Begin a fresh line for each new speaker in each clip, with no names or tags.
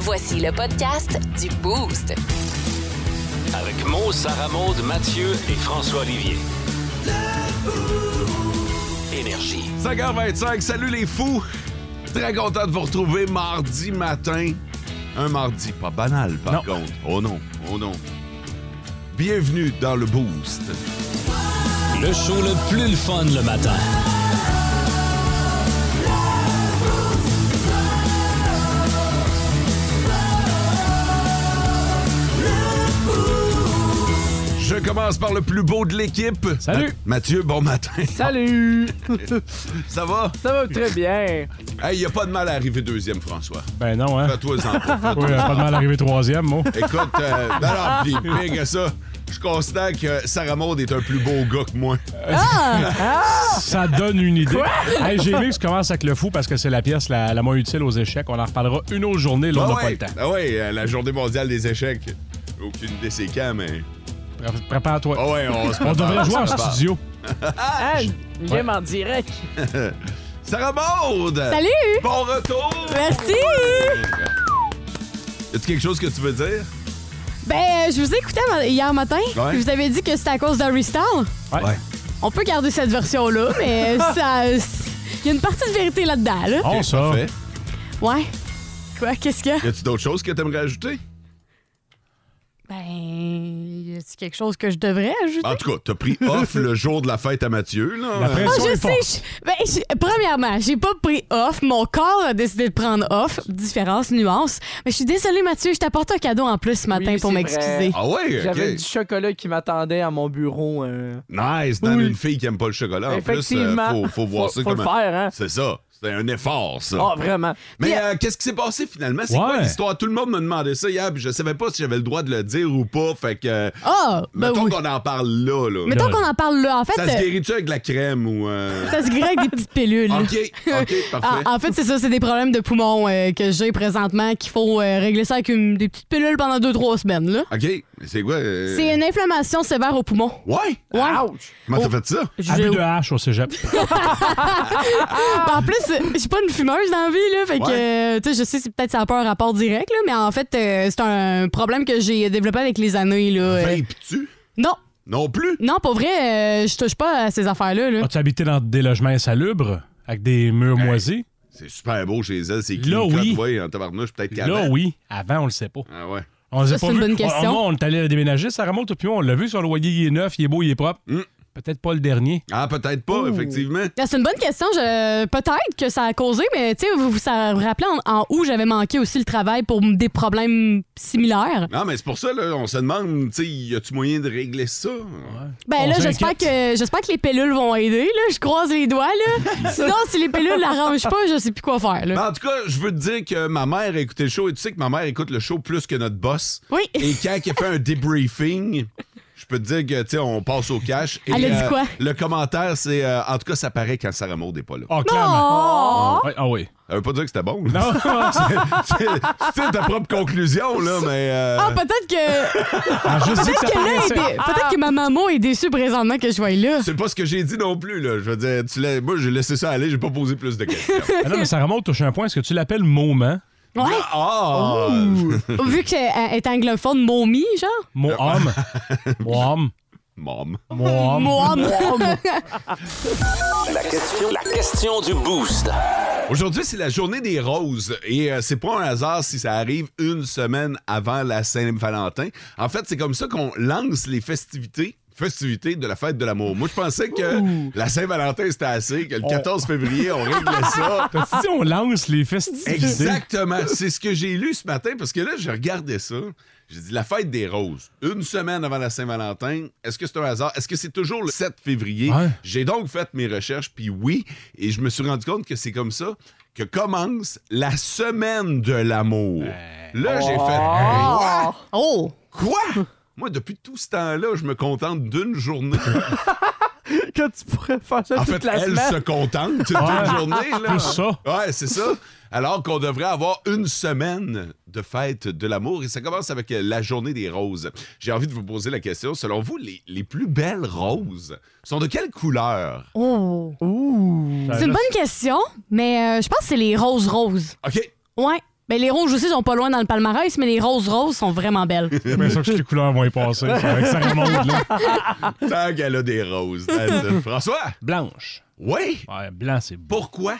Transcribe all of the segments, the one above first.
Voici le podcast du Boost.
Avec Mo, Sarah Maud, Mathieu et François Olivier. Énergie.
5h25, salut les fous! Très content de vous retrouver mardi matin. Un mardi, pas banal par
Non.
contre. Oh non, oh non. Bienvenue dans le Boost.
Le show le plus le fun le matin.
Je commence par le plus beau de l'équipe.
Salut.
Ma- Mathieu, bon matin.
Salut!
Ça va?
Ça va très bien.
Hey, y a pas de mal à arriver deuxième, François.
Ben non, hein?
Fais-toi en pas.
Oui, pas de mal arrivé troisième, moi.
Écoute, euh, non, non, pis pire que ça, je constate que Sarah Maud est un plus beau gars que moi.
Ça donne une idée. Hey, j'ai vu que je commence avec le fou parce que c'est la pièce la, la moins utile aux échecs. On en reparlera une autre journée, là, on n'a
ouais,
pas le temps.
ah ouais, euh, la journée mondiale des échecs. Aucune idée c'est quand, mais...
Pré- Prépare-toi.
Ah ouais, on se
On devrait
prépare,
jouer
on
en
se prépare.
studio.
Ah,
Anne, Ah, viens en direct.
Sarah Maud!
Salut!
Bon retour!
Merci!
As-tu quelque chose que tu veux dire?
Ben, euh, je vous écoutais ma- hier matin.
Ouais.
puis Vous avez dit que c'était à cause d'Harry Styles.
Ouais.
On peut garder cette version-là, mais ça. c'est- Il y a une partie de vérité là-dedans, là.
On sort.
Parfait. Ah.
Ouais. Quoi? Qu'est-ce que.
Y a-tu d'autres choses que t'aimerais ajouter?
Ben. C'est quelque chose que je devrais ajouter.
En tout cas, t'as pris off le jour de la fête à Mathieu,
La
là.
Ah,
pression
je
est forte.
sais. je- ben, je- premièrement, j'ai pas pris off. Mon corps a décidé de prendre off. Différence, nuance. Mais je suis désolée, Mathieu, je t'apporte un cadeau en plus ce matin
Oui,
pour
c'est
m'excuser.
Ah ouais, ok.
J'avais du chocolat qui m'attendait à mon bureau. euh.
Nice, dans
Oui.
une fille qui aime pas le chocolat. En plus, euh,
Effectivement.
faut, faut voir ça
faut
comme
le faire, hein?
C'est ça. C'est un effort, ça.
Ah, vraiment.
Mais
Puis,
euh, qu'est-ce qui s'est passé finalement? C'est
Ouais.
quoi l'histoire? Tout le monde me demandait ça hier, puis je savais pas si j'avais le droit de le dire ou pas. Fait que. euh,
Ah! ben
mettons
oui.
qu'on en parle là, là.
Mettons qu'on en parle là. En fait,
Ça
euh,
se guérit-tu avec de la crème ou. euh,
ça se guérit avec des petites pilules.
OK, OK, parfait.
Ah, en fait, c'est ça, c'est des problèmes de poumons euh, que j'ai présentement qu'il faut euh, régler ça avec une- des petites pilules pendant deux, trois semaines. Là.
OK, mais c'est quoi? euh,
C'est une inflammation sévère au poumon.
Ouais!
ouch!
Comment
Oh.
t'as fait ça?
Abus de hache au cégep.
Ben, en plus, euh, je suis pas une fumeuse dans la vie, là, fait que,
Ouais.
euh, tu sais, je sais, c'est peut-être ça a pas un rapport direct, là, mais en fait, euh, c'est un problème que j'ai développé avec les années, là. euh.
Vape-tu?
Non,
Non plus?
non, pour vrai, euh, je touche pas à ces affaires-là, là.
As-tu habité dans des logements insalubres avec des murs moisis?
C'est super beau chez elle, c'est qui?
Là, oui.
Ouais, en tabarnouche, peut-être qu'avant.
Là, oui. Avant, on le sait pas.
Ah ouais.
On les a
Ça, c'est
pas
une
vus.
bonne question.
On, on est allé le déménager, ça remonte, puis on l'a vu, son loyer, il est neuf, il est beau, il est propre.
Mm.
Peut-être pas le dernier.
Ah, peut-être pas, effectivement.
Ah, C'est une bonne question. Je... Peut-être que ça a causé, mais tu sais, vous vous ça vous rappelez en, en août, j'avais manqué aussi le travail pour m- des problèmes similaires.
Non, mais c'est pour ça, là, on se demande, tu sais, y a-tu moyen de régler ça?
Ben
On
là, j'espère
s'inquiète.
que j'espère que les pilules vont aider. Là, je croise les doigts là. Sinon, si les pilules l'arrangent pas, je sais plus quoi faire.
Mais
Bah,
Là.
Ben, en tout cas, je veux te dire que ma mère a écouté le show et tu sais que ma mère écoute le show plus que notre boss.
Oui.
Et quand elle fait un debriefing, je peux te dire que, tu sais, on passe au cash. Et, euh,
Elle a dit quoi?
Le commentaire, c'est euh, en tout cas, ça paraît quand Sarah Maud n'est pas là.
Ah, clairement.
Non.
Ouais, Ah oui. Ah,
Elle veut pas dire que c'était bon. là.
Non,
tu sais, tu sais, ta propre conclusion, là, mais. euh,
Ah, peut-être que
Ah, je sais que ça
peut-être que, là,
paraissait.
est dé- peut-être que ma maman est déçue présentement que je sois là.
C'est pas ce que j'ai dit non plus, là. Je veux dire, tu l'as- moi, j'ai laissé ça aller, j'ai pas posé plus de questions.
Ah non, mais ça remonte, touche un point. Est-ce que tu l'appelles moment?
Ouais.
Ah!
Vu que euh, elle est anglophone, momie genre.
Mon homme? Mon homme?
Mom.
Mon homme?
Moi, moi.
La question, la question du Boost.
Aujourd'hui, c'est la journée des roses et euh, c'est pas un hasard si ça arrive une semaine avant la Saint-Valentin. En fait, c'est comme ça qu'on lance les festivités festivités de la fête de l'amour. Moi, je pensais que la Saint-Valentin, c'était assez, que le 14 février, on réglait ça.
Si on lance les festivités.
Exactement. C'est ce que j'ai lu ce matin parce que là, je regardais ça. J'ai dit la fête des roses, une semaine avant la Saint-Valentin. Est-ce que c'est un hasard? Est-ce que c'est toujours le 7 février?
Ouais.
J'ai donc fait mes recherches, puis oui, et je me suis rendu compte que c'est comme ça que commence la semaine de l'amour. Là, j'ai fait. Hey,
Oh.
Quoi? Quoi? Moi, depuis tout ce temps-là, je me contente d'une journée.
Que tu pourrais faire ça
En
toute
fait,
la
elle
semaine.
se contente toute
Ouais.
une journée. Là.
Plus ça.
Ouais, c'est ça. Alors qu'on devrait avoir une semaine de fête de l'amour. Et ça commence avec euh, la journée des roses. J'ai envie de vous poser la question. Selon vous, les, les plus belles roses sont de quelle couleur?
Oh.
Ouh!
Ben
C'est une bonne question, mais euh, je pense que c'est les roses roses.
OK.
Ouais. Ben, les rouges aussi sont pas loin dans le palmarès, mais les roses roses sont vraiment belles.
J'ai l'impression que les couleurs vont y passer. ça, Avec ça remonte, là.
Tant qu'elle a des roses. Dan. François,
Blanche.
oui,
Ouais, blanc, c'est beau.
pourquoi?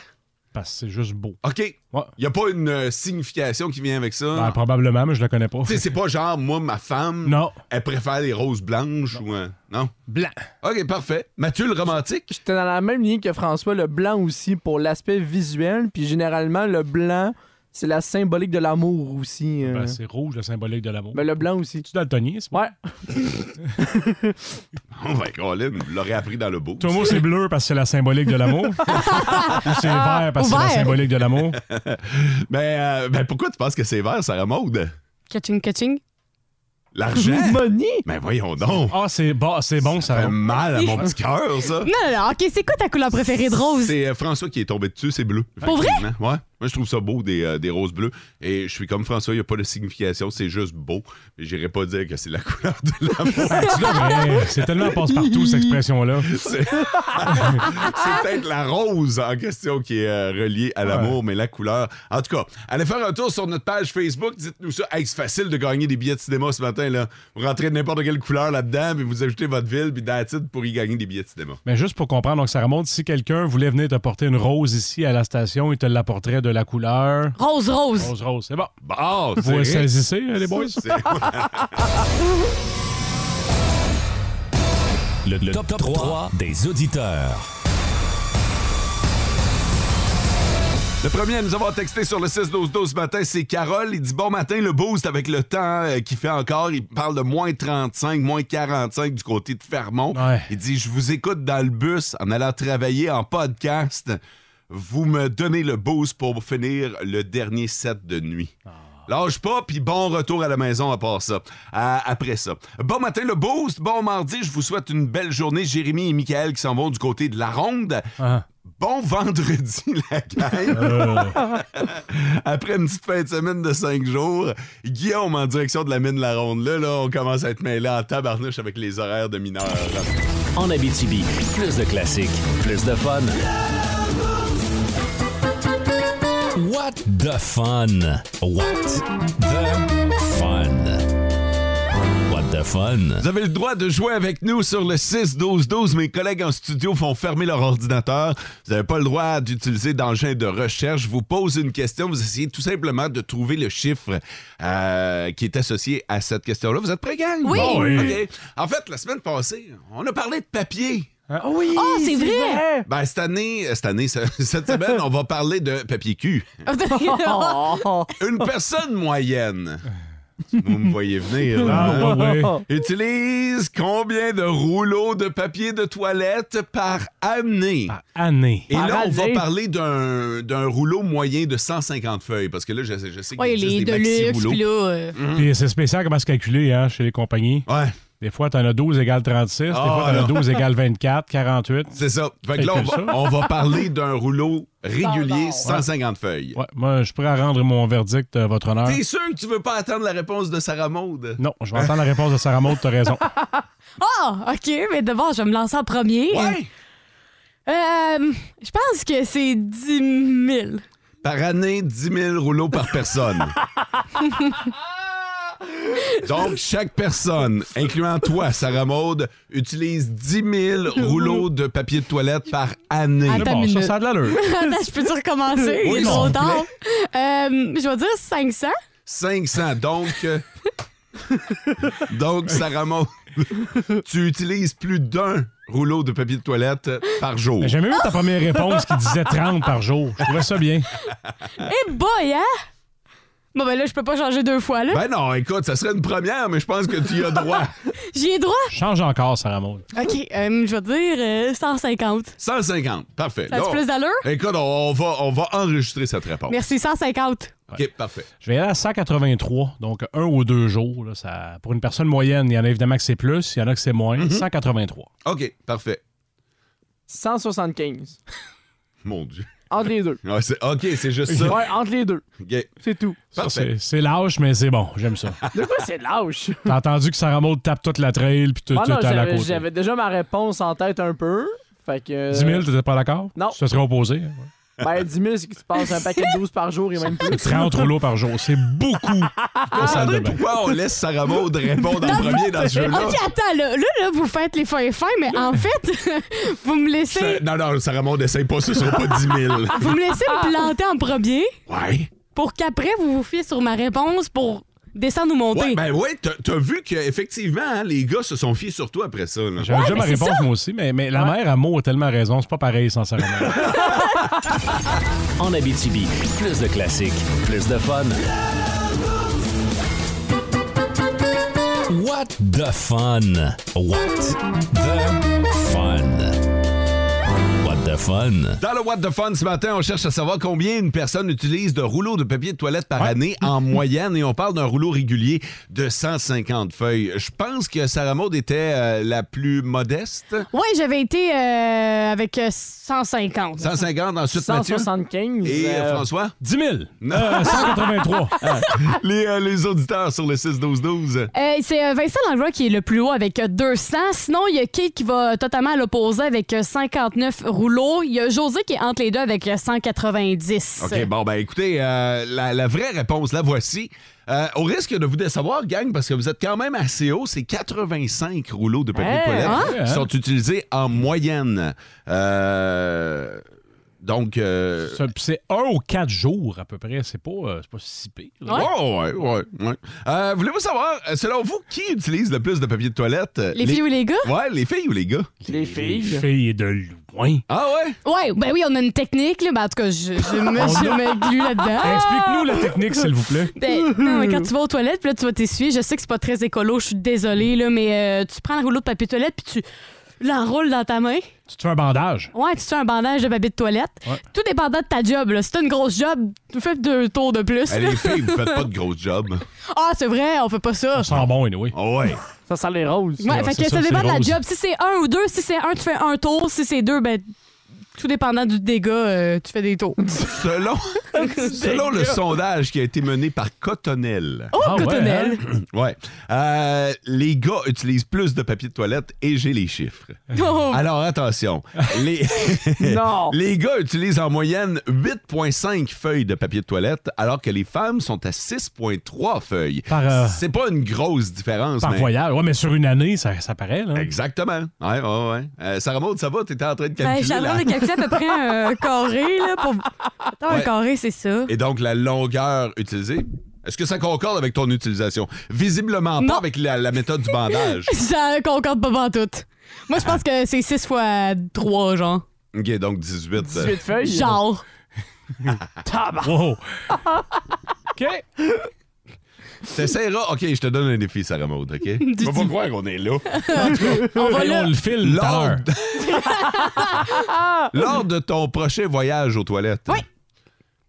Parce que c'est juste beau.
OK, il
Ouais.
n'y a pas une euh, signification qui vient avec ça.
Ben, probablement, mais je le connais pas.
Tu sais, Ah. c'est pas genre, moi, ma femme,
Non.
elle préfère les roses blanches ou un... Non.
Blanc.
OK, parfait. Mathieu, le romantique?
J'étais dans la même ligne que François, le blanc aussi pour l'aspect visuel, puis généralement le blanc, c'est la symbolique de l'amour aussi. euh.
Ben, c'est rouge, le symbolique de l'amour.
Ben, le blanc aussi.
Tu daltonisme?
Ouais.
Oh my God, vous l'aurez appris dans le beau.
Ton mot, c'est bleu parce que c'est la symbolique de l'amour. Ou c'est vert parce que c'est la
Vert.
symbolique de l'amour.
Mais euh, ben, pourquoi tu penses que c'est vert, Sarah Maude?
Catching, catching.
L'argent?
Money!
Mais voyons donc.
Ah, c'est bon, c'est bon,
Ça
ça.
fait
va.
mal à mon petit cœur, ça.
Non, non, non. OK, c'est quoi ta couleur préférée de rose?
C'est euh, François qui est tombé dessus, c'est bleu.
Pour vrai?
Effectivement, Ouais. Moi, je trouve ça beau, des, euh, des roses bleues. Et je suis comme François, il n'y a pas de signification, c'est juste beau. Mais j'irai pas dire que c'est la couleur de l'amour.
Ah, Tu devrais. C'est tellement passe-partout, cette expression-là.
c'est c'est peut-être la rose en question qui est euh, reliée à l'amour, mais la couleur. En tout cas, allez faire un tour sur notre page Facebook. Dites-nous ça. Hey, c'est facile de gagner des billets de cinéma ce matin. Là. Vous rentrez de n'importe quelle couleur là-dedans, puis vous ajoutez votre ville, puis that's it pour y gagner des billets de cinéma.
Mais juste pour comprendre, donc ça remonte, si quelqu'un voulait venir te porter une rose ici à la station, il te l'apporterait de la couleur
Rose, rose.
rose-rose. C'est bon.
Bon, c'est
Vous
vrai.
saisissez, euh, les boys?
C'est-
Le, top, 3, des auditeurs.
Le premier à nous avoir texté sur le 6-12-12 ce matin, c'est Carole. Il dit Bon matin, le boost avec le temps euh, qui fait encore. Il parle de moins 35, moins 45 du côté de Fermont.
Ouais.
Il dit Je vous écoute dans le bus en allant travailler en podcast. Vous me donnez le boost pour finir le dernier set de nuit. Lâche pas, puis bon retour à la maison à part ça. À- après ça. Bon matin, le boost. Bon mardi. Je vous souhaite une belle journée. Jérémy et Michael qui s'en vont du côté de la ronde.
Ah.
Bon vendredi, la gang.
Euh,
Oh. Après une petite fin de semaine de cinq jours, Guillaume en direction de la mine La Ronde. Là, là, on commence à être mêlé en tabarnouche avec les horaires de mineurs.
En Abitibi, plus de classiques, plus de fun. What the fun? What the fun? What the fun?
Vous avez le droit de jouer avec nous sur le 6-12-12. Mes collègues en studio font fermer leur ordinateur. Vous n'avez pas le droit d'utiliser d'engin de recherche. Je vous pose une question. Vous essayez tout simplement de trouver le chiffre euh, qui est associé à cette question-là. Vous êtes prêts, gang?
Oui. Bon,
oui.
OK. En fait, la semaine passée, on a parlé de papier.
Ah oui!
Ah, c'est vrai.
Ben, cette année, euh, cette année, ce- cette semaine, on va parler de papier cul.
Oh.
Une personne moyenne. Vous me voyez venir. là.
ah, ouais, ouais.
Utilise combien de rouleaux de papier de toilette par année?
Ah, Année.
Et là, on
Par
va
année.
parler d'un d'un rouleau moyen de 150 feuilles, parce que là, je, sais- je sais qu'il
Oui, les
existe Oh, des Mm.
Deluxe,
maxi-rouleaux.
puis là. euh,
Puis c'est spécial comment se calculer hein, chez les compagnies.
Ouais,
Des fois, t'en as 12 égale 36, des
Ah,
fois, t'en as
non.
12 égale 24, 48.
c'est ça. Fait que là, on
Fait que
va,
ça.
on va parler d'un rouleau régulier, 150 feuilles.
Ouais, moi, je pourrais rendre mon verdict, euh, votre honneur.
T'es sûr que tu veux pas attendre la réponse de Sarah Maude?
Non, je vais entendre la réponse de Sarah Maud, t'as raison.
Ah, OK, mais d'abord, je vais me lancer en premier.
Ouais!
Euh, je pense que c'est 10 000.
Par année, 10 000 rouleaux par personne. Donc, chaque personne, incluant toi, Sarah Maude, utilise 10 000 rouleaux de papier de toilette par année.
Mais
Attends
bon,
une
ça,
minute.
ça a de l'allure.
Oh.
Attends, je peux-tu recommencer?
Oui,
Il est
s'il
trop
vous
tard. Euh, je vais dire 500.
500. Donc, euh, donc Sarah Maude, tu utilises plus d'un rouleau de papier de toilette par jour.
Mais J'aimais mieux ta première réponse qui disait 30 par jour. Je trouvais ça bien.
Ah.
Eh boy, hein? Bon, ben là, je peux pas changer deux fois, là.
Ben non, écoute, ça serait une première, mais je pense que tu y as droit.
J'y ai droit.
Change encore, Sarah Maud.
OK, euh, je vais dire euh, 150.
150. Parfait.
Ça
Là,
a plus d'allure?
Écoute, on on va, on va enregistrer cette réponse.
Merci, 150.
OK, parfait.
Je vais aller à 183, donc un ou deux jours. là, ça- pour une personne moyenne, il y en a évidemment que c'est plus, il y en a que c'est moins. 183.
OK, parfait.
175.
Mon Dieu.
Entre les deux.
Ouais, c'est- OK, c'est juste ça.
Ouais, entre les deux.
OK.
C'est tout.
Ça,
Parfait.
c'est- C'est lâche, mais c'est bon. J'aime ça.
De quoi c'est lâche?
T'as entendu que Sarah Maud tape toute la trail, puis tu
Ah
t'es
non,
à la
j'avais-
côté.
j'avais déjà ma réponse en tête un peu. Fait que.
10 000, t'étais pas d'accord?
Non.
Tu te serais opposé. hein?
Ben, 10 000, c'est que tu passes un paquet de 12 par jour et même plus.
30 rouleaux par jour, c'est beaucoup
Ah,
pour salle de bain.
Pourquoi on laisse Sarah Maud répondre en premier dans ce jeu-là?
OK, attends, là, là, là, vous faites les fins fins, mais en fait, vous me laissez,
Ça- Non, non, Sarah Maud, essaye pas, ce sera pas 10 000.
vous me laissez me planter en premier
Ouais.
pour qu'après, vous vous fiez sur ma réponse pour descendre ou monter.
Ouais, ben ouais, t'as- t'as vu qu'effectivement, hein, les gars se sont fiés sur toi après ça. là.
J'avais déjà ma
mais c'est
réponse, moi aussi, mais, mais la mère à mots a tellement raison, c'est pas pareil sans Sarah Maud.
En Abitibi, plus de classiques, plus de fun. What the fun? What the fun? What the fun?
Dans le What the Fun ce matin, on cherche à savoir combien une personne utilise de rouleaux de papier de toilette par année en moyenne et on parle d'un rouleau régulier de 150 feuilles. Je pense que Sarah Maud était euh, la plus modeste.
Oui, j'avais été euh, avec euh, 150.
150, ensuite Mathieu
175.
et euh,
euh,
François.
10 000! Euh, Ah, 183!
les, euh, les auditeurs sur le 6-12-12.
Euh, c'est euh, Vincent Langlois qui est le plus haut avec euh, 200. Sinon, il y a Kate qui va totalement à l'opposé avec euh, 59 rouleaux. Il y a José qui est entre les deux avec euh, 190.
OK, bon, ben écoutez, euh, la, la vraie réponse, la voici. Euh, au risque de vous décevoir, gang, parce que vous êtes quand même assez haut, c'est 85 rouleaux de papier
Eh,
Hey,
de toilette
hein?
qui sont utilisés en moyenne. Euh, donc... euh,
Ça, pis C'est un ou quatre jours à peu près, c'est pas, euh, c'est pas si pire. là.
Ouais.
Oh, ouais, ouais, ouais. Euh, Voulez-vous savoir, euh, selon vous, qui utilise le plus de papier de toilette? Euh,
Les, filles ou les gars?
Ouais, les filles ou les gars?
les
Les
filles.
filles de loin.
Ah ouais?
Ouais, ben oui, on a une technique. Là. Ben, en tout cas, je, je me, je me glue là-dedans.
Explique-nous la technique, s'il vous plaît.
Ben, non, mais quand tu vas aux toilettes, puis là, tu vas t'essuyer. Je sais que c'est pas très écolo, je suis désolée, là, mais euh, tu prends le rouleau de papier de toilette, puis tu l'enroules dans ta main.
Tu te fais un bandage.
Ouais, tu fais un bandage de papier de toilette.
Ouais.
Tout dépendant de ta job. Là. Si t'as une grosse job, tu fais deux tours de plus.
Eh, les filles, vous faites pas de gros job.
Ah, c'est vrai, on fait pas ça.
Ça sent bon, anyway.
Ah ouais.
Ça sent les roses.
Ouais,
Ouais,
fait
c'est
que
ça,
ça
c'est
dépend de la
rose.
job. Si c'est un ou deux, si c'est un, tu fais un tour. Si c'est deux, ben, tout dépendant du dégât, euh, tu fais des tours.
Selon, selon le sondage qui a été mené par Cotonnel.
Oh,
Ah ouais,
cotonnelle.
Ouais. Euh, les gars utilisent plus de papier de toilette et j'ai les chiffres.
Oh.
Alors attention. Les,
Oh.
Non.
les gars utilisent en moyenne 8,5 feuilles de papier de toilette, alors que les femmes sont à 6,3 feuilles.
Par, euh,
C'est pas une grosse différence.
Par
mais-
voyage. Ouais, mais sur une année, ça, ça paraît, là.
Exactement. Ouais, ouais, ouais. Euh, Sarah Maud, ça va? T'étais en train de
Ben,
calculer.
j'ai
la-
envie de calculer à peu près un carré, là, pour... Attends, un
Ouais.
carré, c'est ça.
Et donc, la longueur utilisée. Est-ce que ça concorde avec ton utilisation? Visiblement
Non.
pas avec la, la méthode du bandage.
Ça concorde pas pantoute. tout. Moi, je pense que c'est 6 fois 3, genre.
OK, donc 18.
18 feuilles.
Genre.
Wow. OK.
T'essaieras. OK, je te donne un défi, Sarah Maud, OK? Je vais pas croire qu'on est là.
On va
Et on
là.
le file tout à
Lors,
l'heure.
Lors de ton prochain voyage aux toilettes,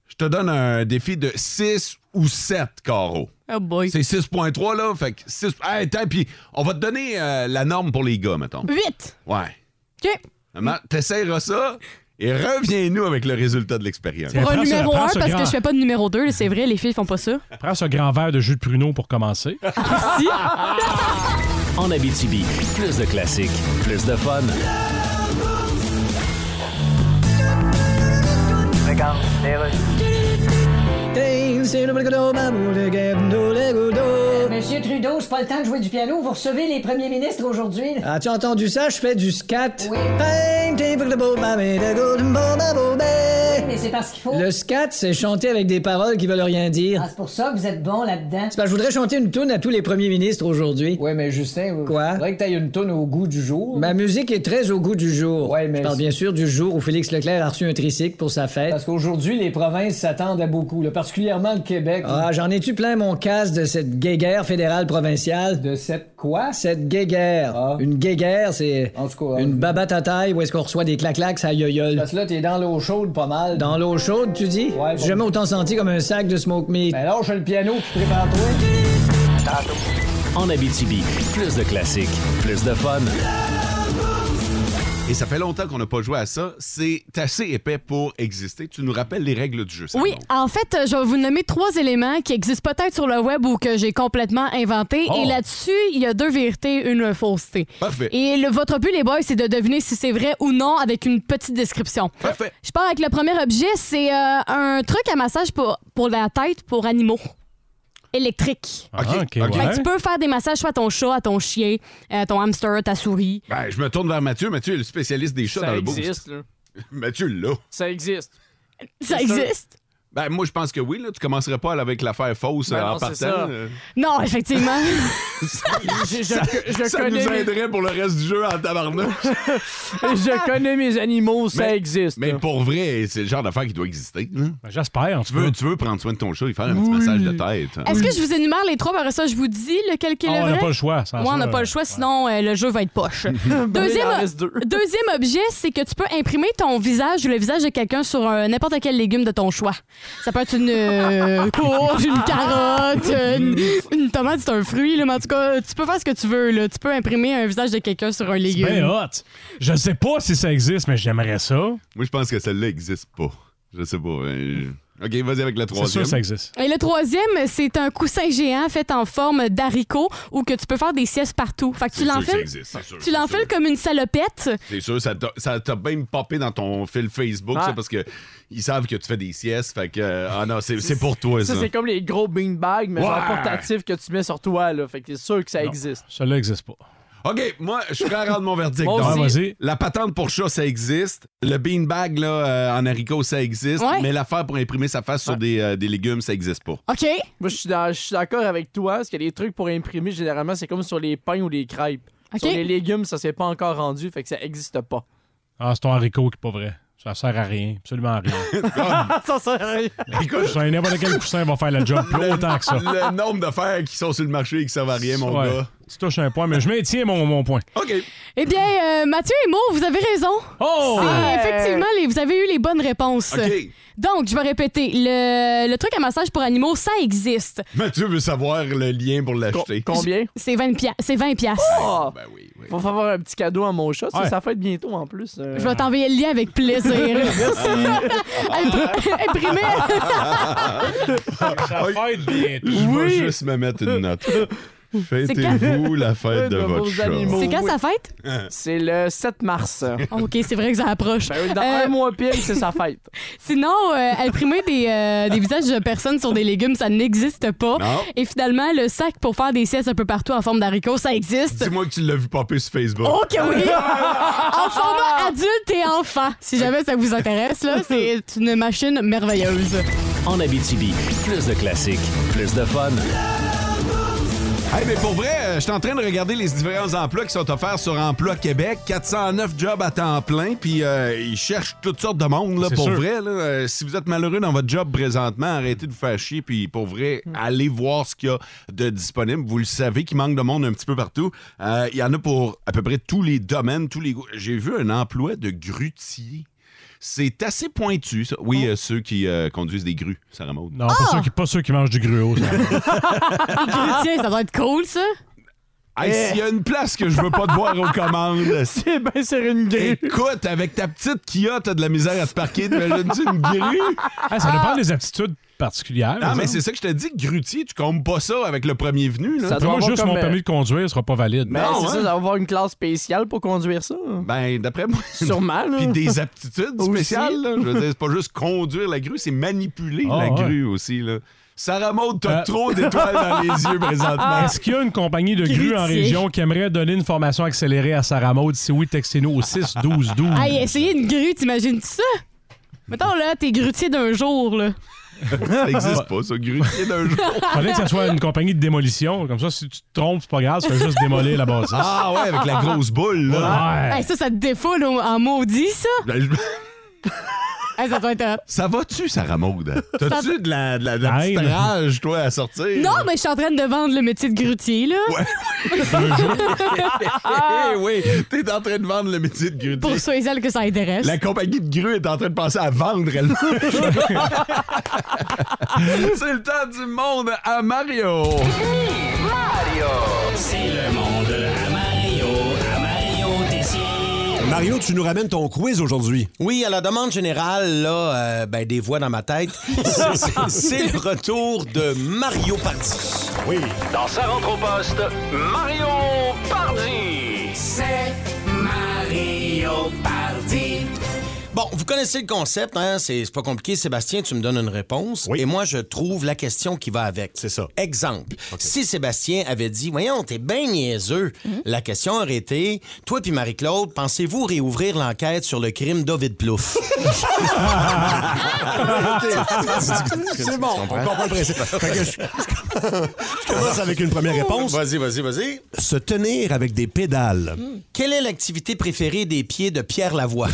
je te donne un défi de 6 ou 7 carreaux.
Oh boy.
C'est 6.3, là. Fait que 6... Hey, attends, puis on va te donner euh, la norme pour les gars, mettons.
8.
Ouais.
OK.
Maman, t'essayeras ça et reviens-nous avec le résultat de l'expérience.
Tiens.
Pour un
prends ce-
numéro
prends
1,
ce
parce
grand.
que je fais pas de numéro 2, c'est vrai, les filles font pas ça.
Prends ce grand verre de jus de pruneau pour commencer.
Si.
En Abitibi, plus de classiques, plus de fun.
Monsieur Trudeau, c'est pas le temps de jouer du piano. Vous recevez les premiers ministres aujourd'hui. là.
As-tu entendu ça? Je fais du scat.
Oui. Mais c'est parce qu'il faut.
Le scat, c'est chanter avec des paroles qui veulent rien dire.
Ah, c'est pour ça que vous êtes bon là-dedans.
C'est parce que je voudrais chanter une toune à tous les premiers ministres aujourd'hui.
Ouais, mais Justin,
Quoi?
faudrait que t'ailles une toune au goût du jour.
Ma musique est très au goût du jour.
Ouais, mais
Je parle
c'est-
bien sûr du jour où Félix Leclerc a reçu un tricycle pour sa fête.
Parce qu'aujourd'hui, les provinces s'attendent à beaucoup, là, particulièrement le Québec.
Ah, j'en ai-tu plein mon casse de cette guéguerre fédérale provinciale?
De cette quoi?
Cette guéguerre.
Ah.
Une guéguerre, c'est
En tout cas,
une
euh,
babate à taille où est-ce qu'on reçoit des clac-clacs à yoyol.
Parce que là, t'es dans l'eau chaude pas mal.
Dans l'eau chaude, tu dis?
Ouais,
J'ai
bon.
jamais autant senti comme un sac de smoke meat.
Ben lâche le piano, puis prépare-toi.
En Abitibi, plus de classiques, plus de fun.
Et ça fait longtemps qu'on n'a pas joué à ça. C'est assez épais pour exister. Tu nous rappelles les règles du jeu. Sarah
Oui,
Maud.
en fait, euh, je vais vous nommer trois éléments qui existent peut-être sur le web ou que j'ai complètement inventés.
Oh.
Et là-dessus, il y a deux vérités, une fausseté.
Parfait.
Et le- votre but, les boys, c'est de deviner si c'est vrai ou non avec une petite description.
Parfait.
Je pars avec le premier objet, c'est euh, un truc à massage pour, pour la tête pour animaux. Électrique.
Ah,
OK,
OK,
OK.
Fait
ouais.
que tu peux faire des massages soit à ton chat, à ton chien, euh, à ton hamster, à ta souris.
Ben, je me tourne vers Mathieu. Mathieu est le spécialiste des chats dans
Ça
le boost.
existe, là.
Mathieu, là.
Ça existe.
Ça
C'est sûr.
existe?
Ben, moi, je pense que oui. Là. Tu commencerais pas avec l'affaire fausse
Ben
euh, en
non, c'est
partant.
ça.
euh.
Non, effectivement.
Je, je-
Ça,
je
ça nous
connais mes,
aiderait pour le reste du jeu en tabarnak.
je connais mes animaux, ça
Mais-
existe.
Mais
là.
pour vrai, c'est le genre d'affaire qui doit exister. hein.
Ben, J'espère, en
Tu
tout
veux,
cas.
tu veux prendre soin de ton chat et faire un petit massage de tête. hein.
Est-ce que je vous énumère les trois, par ça, je vous dis lequel qui est
Ah,
le
on n'a
vrai?
pas le choix. sans
Ouais, on
ça,
n'a pas
euh,
le choix, sinon euh, le jeu va être poche.
Il
deuxième,
en reste deux.
deuxième objet, c'est que tu peux imprimer ton visage ou le visage de quelqu'un sur un- n'importe quel légume de ton choix. Ça peut être une euh, courge, une carotte,
Ah.
une, une tomate, c'est un fruit, là, mais en tout cas, tu peux faire ce que tu veux. Là. Tu peux imprimer un visage de quelqu'un sur
C'est
un
bien
légume.
Ben, hot. Je sais pas si ça existe, mais j'aimerais ça.
Moi, je pense que celle-là n'existe pas. Je sais pas. euh, je- OK, vas-y avec la
C'est sûr
troisième.
que ça existe.
Et le troisième, c'est un coussin géant fait en forme d'haricot ou que tu peux faire des siestes partout. Fait que tu
C'est sûr que ça
l'enfiles.
existe, c'est sûr,
Tu
c'est
l'enfiles
sûr.
comme une salopette.
C'est sûr, ça t'a- ça t'a même popé dans ton fil Facebook,
Ouais.
ça, parce que ils savent que tu fais des siestes. Fait que, euh, ah non, c'est c'est pour toi, ça.
Ça, c'est comme les gros beanbags, mais genre portatifs que tu mets sur toi, là. Fait que t'es sûr que ça existe.
Celui-là n'existe pas.
OK, moi, je suis prêt à rendre mon verdict.
Moi
donc.
Ouais, vas-y.
La patente pour chat, ça existe. Le beanbag là, euh, en haricot, ça existe.
Ouais.
Mais l'affaire pour imprimer sa face sur des, euh, des légumes, ça existe pas.
OK?
Moi, je suis dans- je suis d'accord avec toi, parce que les trucs pour imprimer, généralement, c'est comme sur les pains ou les crêpes.
OK.
Sur les légumes, ça s'est pas encore rendu, fait que ça existe pas.
Ah, c'est ton haricot qui est pas vrai. Ça sert à rien, absolument à rien.
Ah, ça sert à rien.
Écoute, n'importe quel coussin va faire la job plus longtemps que ça.
Le nombre d'affaires qui sont sur le marché et qui servent à rien, mon
Ouais.
gars.
Tu touches un point, mais je maintiens mon, mon point.
OK.
Eh bien, euh, Mathieu et Mo, vous avez raison.
Oh!
C'est Euh, effectivement, les- vous avez eu les bonnes réponses.
OK.
Donc, je vais répéter. Le, le truc à massage pour animaux, ça existe.
Mathieu veut savoir le lien pour
Co-
l'acheter.
combien?
C'est 20 piastres. C'est 20 piastres.
Ah!
Ben oui, oui.
Faut faire un petit cadeau à mon chat, ça,
Ouais.
ça fait bientôt en plus. euh.
Je vais t'envoyer le lien avec plaisir. Merci. Imprimé.
Ah,
Ça va être
Je
bientôt.
vais
Oui.
juste me mettre une note. Fêtez-vous la fête de
De vos
votre chat.
animaux.
C'est quand
Oui.
sa fête?
C'est le 7 mars.
OK, c'est vrai que ça approche.
Ben, dans
Euh,
un mois pile, c'est sa fête.
Sinon, euh, imprimer des, euh, des visages de personnes sur des légumes, ça n'existe pas.
Non.
Et finalement, le sac pour faire des siestes un peu partout en forme d'haricot, ça existe.
Dis-moi que tu l'as vu popper sur Facebook.
Oh,
Ok, oui! en
Ah!
format adulte et enfant. Si jamais ça vous intéresse, là, c'est une machine merveilleuse.
En Abitibi, plus de classiques, plus de fun.
Hey, mais pour vrai, euh, je suis en train de regarder les différents emplois qui sont offerts sur Emploi Québec. 409 jobs à temps plein, puis euh, ils cherchent toutes sortes de monde, là,
C'est
pour
sûr.
vrai. là. Euh, si vous êtes malheureux dans votre job présentement, arrêtez de vous faire chier, puis pour vrai, allez voir ce qu'il y a de disponible. Vous le savez qu'il manque de monde un petit peu partout. Euh, Il y en a pour à peu près tous les domaines, tous les... goûts. J'ai vu un emploi de grutier. C'est assez pointu, ça. Oui, euh, ceux qui euh, conduisent des grues, Sarah Maud.
Non, pas, ceux qui, pas ceux qui mangent du gruau. ça.
Tiens, ça doit être cool, ça.
Hey, s'il y a une place que je veux pas te voir aux commandes,
C'est bien sur une grille.
Écoute, avec ta petite Kia, t'as de la misère à te parquer. T'imagines-tu une grue?
Ah, ça dépend des aptitudes particulières.
Non, mais
exemple.
c'est ça que je te dis, grutier, tu comptes pas ça avec le premier venu. Là.
Ça
Après,
doit
moi,
avoir
juste
comme,
mon
euh,
permis de conduire sera pas valide.
Ben,
Non,
c'est
hein?
ça, ça va avoir une classe spéciale pour conduire ça.
Ben, d'après moi.
Sûrement, là.
Puis des aptitudes
Aussi.
spéciales, là. Je veux dire, c'est pas juste conduire la grue, c'est manipuler
Ah,
la
ouais.
grue aussi, là. Sarah Maud, t'as
Euh.
trop d'étoiles dans les yeux présentement.
Est-ce qu'il y a une compagnie de grues en
Critique.
région qui aimerait donner une formation accélérée à Sarah Maud? Si oui, textez-nous au 6 12 12.
Hey, essayer une grue, t'imagines-tu ça? Mettons, là, t'es grutier d'un jour, là.
Ça n'existe pas, ça, grutier d'un jour.
Fallait que ça soit une compagnie de démolition. Comme ça, si tu te trompes, c'est pas grave, tu fais juste démolir la bâtisse.
Ah ouais, avec la grosse boule, là.
Ouais.
Hey, ça, ça te défoule au- en maudit, ça.
Ben, je-
Hey, ça doit être... euh, un-
Ça va-tu, Sarah Maud? T'as-tu de la, de la, de la petite
Hey, là.
rage, toi, à sortir?
Non, mais je suis en train de vendre le métier de grutier, là.
Eh oui, t'es en train de vendre le métier de grutier.
Pour ceux et celles que ça intéresse.
La compagnie de grues est en train de penser à vendre elle C'est le temps du monde à Mario.
C'est le monde à Mario, à Mario Tessier.
Mario, tu nous ramènes ton quiz aujourd'hui.
Oui, à la demande générale, là, euh, ben, des voix dans ma tête, c'est- c'est- c'est le retour de Mario Party. Oui.
Dans sa rentre au poste, Mario Pardi.
C'est Mario Party.
Bon, vous connaissez le concept, hein? C'est c'est pas compliqué. Sébastien, tu me donnes une réponse. Et moi, je trouve la question qui va avec. C'est ça. Exemple. Si Sébastien avait dit, voyons, t'es bien niaiseux, la question aurait été, toi puis Marie-Claude, pensez-vous réouvrir l'enquête sur le crime d'Ovid Plouf?
C'est bon, on comprend le principe. Fait que je, je commence avec une première réponse.
Vas-y, vas-y, vas-y.
Se tenir avec des pédales.
Quelle est l'activité préférée des pieds de Pierre Lavoie?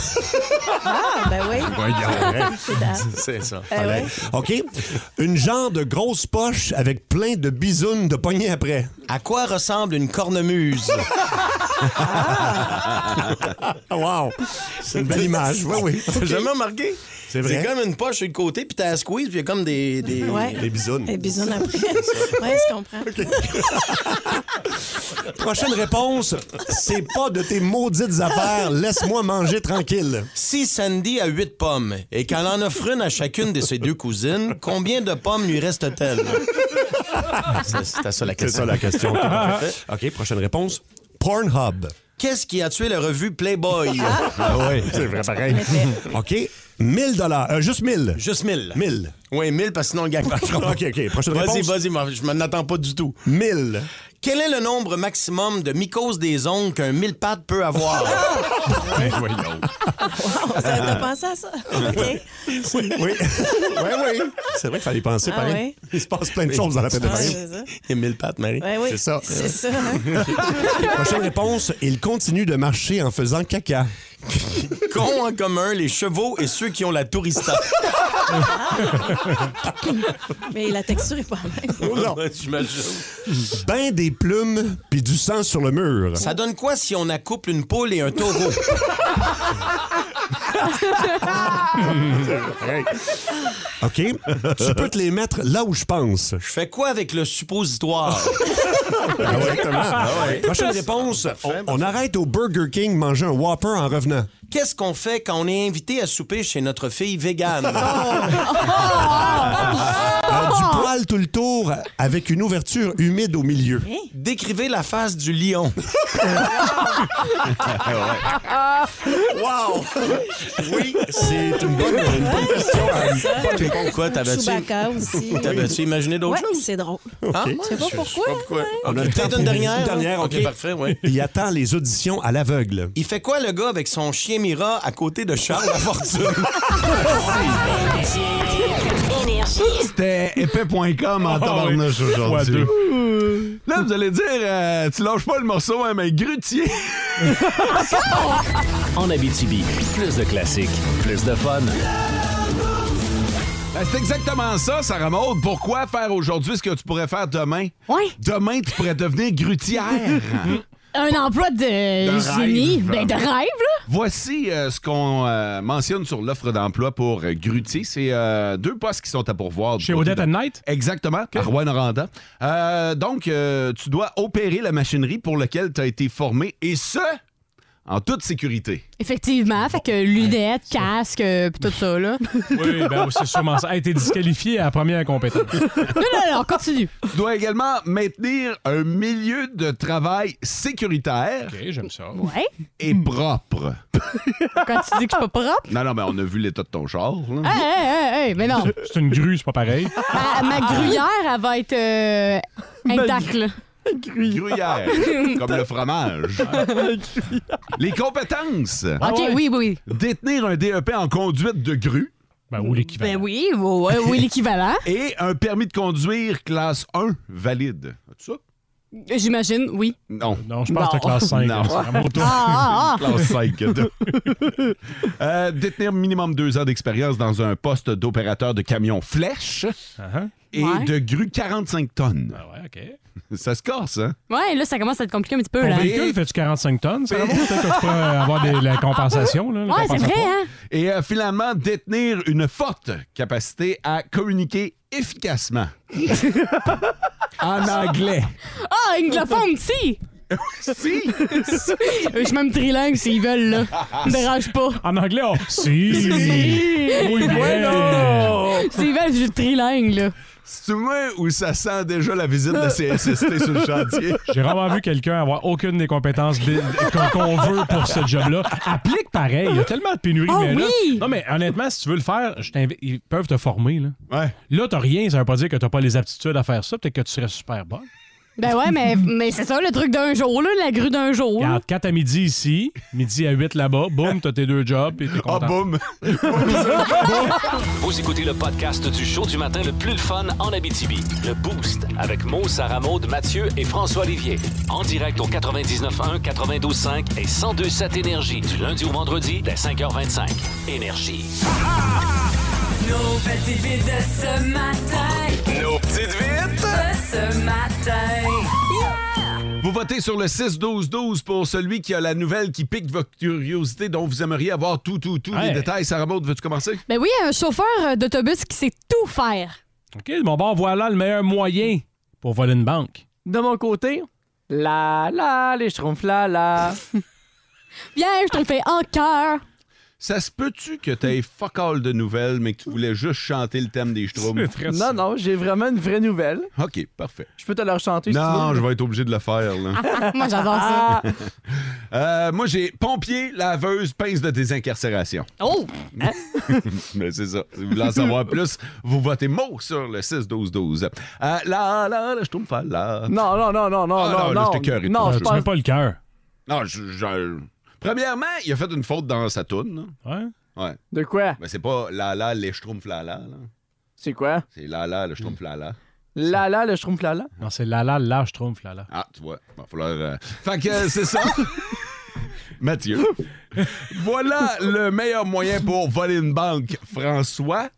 Ah, ben oui.
C'est ça.
Euh,
Eh ouais.
OK. Une genre de grosse poche avec plein de bisounes de poignées après.
À quoi ressemble une cornemuse?
Ah, wow! C'est une belle image. Oui, oui.
T'as jamais remarqué?
C'est vrai.
C'est comme une poche sur le côté, puis t'as la squeeze, puis il y a comme des. Des,
Ouais.
Des bisounes.
Et Eh, bisous après. ouais, je comprends.
Prochaine réponse, c'est pas de tes maudites affaires, laisse-moi manger tranquille.
Si Sandy a huit pommes et qu'elle en offre une à chacune de ses deux cousines, combien de pommes lui reste-t-elle? C'est c'était ça la
C'est
question.
ça la question. OK, parfait. OK, prochaine réponse. Pornhub. Euh,
Qu'est-ce qui a tué la revue Playboy?
Ah oui, c'est vrai pareil. OK, 1000 dollars, Euh, juste 1000.
Juste 1000.
1000.
Oui, 1000 parce que sinon le gars marchera
OK, OK, prochaine
Vas-y,
réponse.
vas-y, moi, je m'en attends pas du tout.
1000.
Quel est le nombre maximum de mycoses des ongles qu'un mille pattes peut avoir?
Ben voyons.
Wow, ça, t'as pensé à ça? OK.
Oui, oui. oui, oui. C'est vrai qu'il fallait y penser
Ah
pareil.
oui?
Il se passe plein de
Oui.
choses dans la tête de
Ouais,
Marie.
c'est ça.
Il y a mille pattes, Marie.
Ouais, oui.
C'est ça.
C'est ça. hein.
Prochaine réponse, il continue de marcher en faisant caca.
Qu'ont en commun les chevaux et ceux qui ont la tourista?
Mais la texture est pas la même.
Oh,
non.
J'imagine.
Ben des plumes puis du sang sur le mur.
Ça donne quoi si on accouple une poule et un taureau?
OK? tu peux te les mettre là où je pense.
Je fais quoi avec le suppositoire?
Ah
Ah
Exactement. Ah
ouais.
Prochaine réponse. On, on arrête au Burger King manger un Whopper en revenant.
Qu'est-ce qu'on fait quand on est invité à souper chez notre fille végane?
Euh, Ah, du poil tout le tour avec une ouverture humide au milieu.
Hein?
Décrivez la face du lion. wow! Oui,
Ah C'est une bonne, une bonne question.
Quoi, t'avais-tu?
Chewbacca aussi.
T'avais-tu imaginé d'autres
Ouais,
choses?
c'est drôle.
Hein?
Ok.
Je sais pas pourquoi. hein.
On a le temps
Peut-être
pour
une dernière?
Une dernière,
hein?
OK.
OK, parfait, oui.
Il attend les auditions à l'aveugle.
Il fait quoi, le gars, avec son chien Mira à côté de Charles Lafortune?
Énergie.
C'était
Ah
épais.com en tabarnouche aujourd'hui. Là, vous allez dire, euh, tu lâches pas le morceau, hein, mais grutier.
En Abitibi, plus de classiques, plus de fun.
Ben, c'est exactement ça, Sarah Maud. Pourquoi faire aujourd'hui ce que tu pourrais faire demain?
Ouais.
Demain, tu pourrais devenir grutière.
Un emploi de,
De
génie.
rêve.
Ben, de rêve, là.
Voici euh, ce qu'on euh, mentionne sur l'offre d'emploi pour euh, grutier. C'est euh, deux postes qui sont à pourvoir. du
Chez
côté
Odette
de-
and Knight?
Exactement, à Rouen-Noranda. Euh, donc, euh, tu dois opérer la machinerie pour laquelle tu as été formé, et ce, en toute sécurité.
Effectivement. Fait que lunettes, casque, euh, pis tout ça, là. non,
Oui, ben, c'est sûrement ça. Hey, t'es disqualifié à la première compétence.
non, non, continue.
Tu dois également maintenir un milieu de travail sécuritaire
OK, j'aime ça.
Ouais.
et propre.
Quand tu dis que je suis pas propre.
Non, non, mais on a vu l'état de ton char. là.
Hey, hey, hey, hey, mais non.
C'est une grue, c'est pas pareil.
Ma, Ah, ma gruyère, elle va être euh, intacte, là.
Gruyère, comme le fromage. Les compétences.
OK, oui, oui, oui.
Détenir un DEP en conduite de grue
Ben, ou l'équivalent.
Ben oui, oui, oui, oui, l'équivalent.
et un permis de conduire classe 1 valide. As-tu ça?
J'imagine, oui.
Non.
Non, je pense que c'est
Non.
classe 5.
Non.
Ah, ah, ah.
Classe 5. Euh, détenir minimum deux ans d'expérience dans un poste d'opérateur de camion flèche et
Ouais.
de grue 45 tonnes.
Uh-huh. Ben ouais, OK.
Ça se casse, hein?
Ouais, là, ça commence à être compliqué un petit peu,
Ton
là.
véhicule fait-tu 45 tonnes? Ça va peut-être que tu peux euh, avoir des, la compensation. Là, la
Ouais, c'est
compensation.
vrai, hein?
Et euh, finalement, détenir une forte capacité à communiquer efficacement. en anglais.
Ah, oh, anglophone, si!
si!
Je suis même trilingue s'ils veulent, là. Me dérange pas.
En anglais, on. Si! Oui,
Bueno.
S'ils veulent, je suis trilingue, là.
C'est moi où ça sent déjà la visite de CSST sur le chantier.
J'ai rarement vu quelqu'un avoir aucune des compétences bi- qu'on- qu'on veut pour ce job-là. Applique pareil. Il y a tellement de pénurie.
Oh
mais là-
oui!
non, mais honnêtement, si tu veux le faire, je t'invite- ils peuvent te former. Là,
ah,
là t'as rien. Ça veut pas dire que t'as pas les aptitudes à faire ça. Peut-être que tu serais super bonne.
Ben ouais, mais, mais c'est ça le truc d'un jour, là, la grue d'un jour. là.
Regarde, 4 à midi ici, midi à 8 là-bas, boum, t'as tes deux jobs et t'es content. Ah,
boum!
Vous écoutez le podcast du show du matin le plus le fun en Abitibi. Le Boost avec Mo, Sarah Maud, Mathieu et François Olivier. En direct au 99.1, 92.5 et 102.7 Énergie du lundi au vendredi dès 5h25. Énergie.
Nos petites vites de ce matin.
Nos petites vites
de ce matin.
Vous votez sur le 6-12-12 pour celui qui a la nouvelle qui pique votre curiosité, dont vous aimeriez avoir tout, tout, tout les détails. Sarah Maud, veux-tu commencer?
Ben oui, un chauffeur euh, d'autobus qui sait tout faire.
OK, bon, bon, voilà le meilleur moyen pour voler une banque.
De mon côté, la la, les schtroumpfs la la.
Viens, je t'en fais en cœur.
Ça se peut-tu que t'aies fuck all de nouvelles, mais que tu voulais juste chanter le thème des Schtroumpfs?
Euh,
Non, Ah non, j'ai vraiment une vraie nouvelle.
OK, parfait.
Je peux te la chanter si tu
Non,
veux. Ah,
je vais être obligé de le faire. Là.
Moi, j'adore ça.
Euh, moi, j'ai pompier, laveuse, pince de désincarcération.
Oh!
Mais c'est ça. Si vous voulez en savoir plus, vous votez mot sur le 6-12-12. Euh, là, là, là, je tombe pas là.
Non, non, non, non, non,
Ah,
non,
là,
non.
je t'écœure et
non,
tout.
je pense...
le cœur.
Non, je, je- Premièrement, il a fait une faute dans sa toune.
Ouais.
Ouais.
De quoi?
Mais c'est pas la la, les schtroumpfs la la. là.
C'est quoi?
C'est la la, le schtroumpf la la.
La la, le schtroumpf la la.
Non, c'est la la, la, je trompe, là, là.
Ah, tu vois, va falloir. euh, Fait que euh, c'est ça. Mathieu. Voilà le meilleur moyen pour voler une banque, François.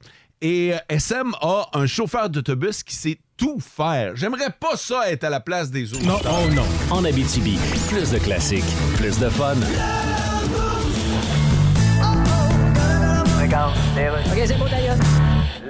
Et euh, SM a un chauffeur d'autobus qui sait tout faire. J'aimerais pas ça être à la place des autres.
Non, oh non. En Abitibi, plus de classiques, plus de fun.
OK, c'est bon, d'ailleurs.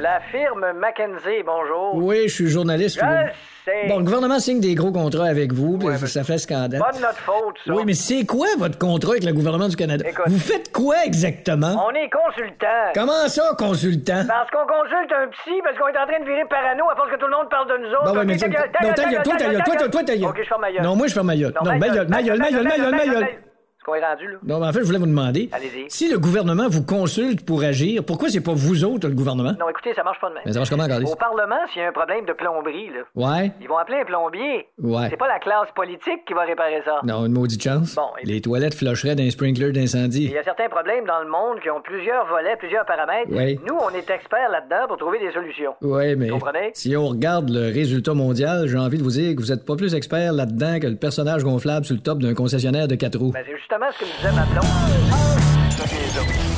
La firme Mackenzie, bonjour.
Oui, je suis journaliste.
Je
Philippe.
sais.
Bon, le gouvernement signe des gros contrats avec vous, puis ça fait scandale.
Pas de notre faute, ça.
Oui, mais c'est quoi votre contrat avec le gouvernement du Canada? vous faites quoi exactement?
On est consultant.
Comment ça, consultant?
Parce qu'on consulte un psy, parce qu'on est en train de virer parano à force que tout le monde parle de nous autres.
Bah ouais,
Ok,
mais
ta
tu-
gueule, ta
non,
gueule,
ta gueule, toi, ta gueule, toi, toi, toi, ta gueule.
Ok, je ferme ma gueule.
Non, moi, je ferme ma gueule. Non, ma gueule, ma gueule, ma gueule, ma gueule, ma gueule.
Est-ce qu'on est rendu, là?
Non, mais en fait, je voulais vous demander, si le gouvernement vous consulte pour agir, pourquoi c'est pas vous autres, le gouvernement?
Non, écoutez, ça marche pas de même.
Mais ça marche comment, Carlis?
Au Parlement, s'il y a un problème de plomberie, là,
Ouais?
ils vont appeler un plombier.
Ouais.
C'est pas la classe politique qui va réparer ça.
Non, une maudite chance. Les toilettes flocheraient d'un sprinkler d'incendie.
Il y a certains problèmes dans le monde qui ont plusieurs volets, plusieurs paramètres.
Oui.
Nous, on est experts là-dedans pour trouver des solutions.
Ouais, mais
Comprenez?
si on regarde le résultat mondial, j'ai envie de vous dire que vous êtes pas plus expert là-dedans que le personnage gonflable sur le top d'un concessionnaire de quatre roues.
Ben, c'est justement ce que me disait ma blonde.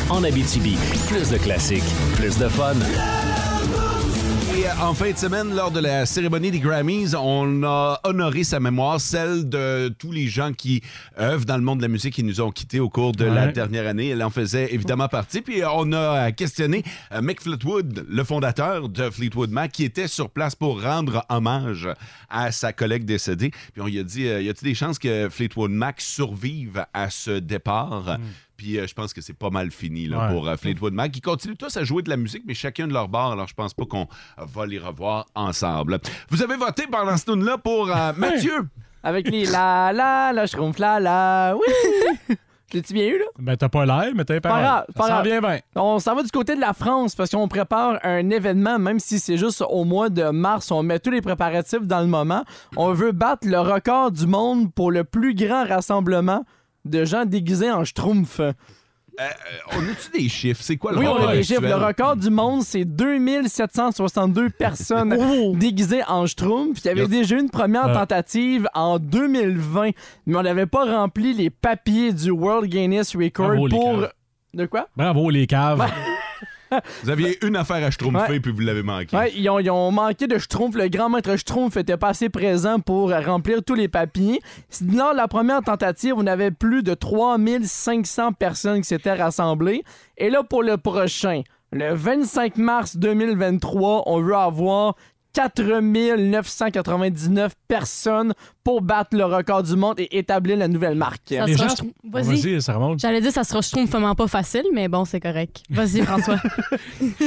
En Abitibi, plus de classiques, plus de fun.
Et euh, en fin de semaine, lors de la cérémonie des Grammys, on a honoré sa mémoire, celle de tous les gens qui œuvrent dans le monde de la musique qui nous ont quittés au cours de la
Ouais.
dernière année. Elle en faisait évidemment partie. Puis euh, on a euh, questionné euh, Mick Fleetwood, le fondateur de Fleetwood Mac, qui était sur place pour rendre hommage à sa collègue décédée. Puis on lui a dit, euh, y a-t-il des chances que Fleetwood Mac survive à ce départ?
Hmm.
Puis euh, je pense que c'est pas mal fini là,
Ouais.
pour euh, Fleetwood Mac. Ils continuent tous à jouer de la musique, mais chacun de leur bord. Alors je pense pas qu'on euh, va les revoir ensemble. Vous avez voté pendant ce tune là pour euh, Mathieu.
Avec les la la, le schtroumpf la la. Oui! Je l'ai-tu bien eu, là?
Ben, t'as pas l'air, mais t'es
Pas grave, pas
pas Ça
grave.
sent bien, bien.
On s'en va du côté de la France parce qu'on prépare un événement, même si c'est juste au mois de mars. On met tous les préparatifs dans le moment. On veut battre le record du monde pour le plus grand rassemblement de gens déguisés en schtroumpf.
Euh, On a-tu des chiffres? C'est quoi le
Oui, on
rapport
a des chiffres. Le
actuel?
record du monde, c'est 2762 personnes déguisées en schtroumpf. Il y avait
Yep.
déjà eu une première
Ouais.
tentative en 2020, mais on n'avait pas rempli les papiers du World Guinness Record
Bravo, les
pour...
caves.
De quoi?
Bravo, les caves.
Bah,
Vous aviez une affaire à schtroumpfer
Ben, Ouais.
puis vous l'avez manqué.
Ouais, ils, ont, ils ont manqué de schtroumpf. Le grand maître schtroumpf était pas assez présent pour euh, remplir tous les papiers. Lors de la première tentative, on avait plus de 3500 personnes qui s'étaient rassemblées. Et là, pour le prochain, le 25 mars 2023, on veut avoir 4999 personnes pour battre le record du monde et établir la nouvelle marque.
Ça
Les gens- Ah, Vas-y, ça remonte.
J'allais dire, ça se retrouve vraiment pas facile, mais bon, c'est correct. Vas-y, François.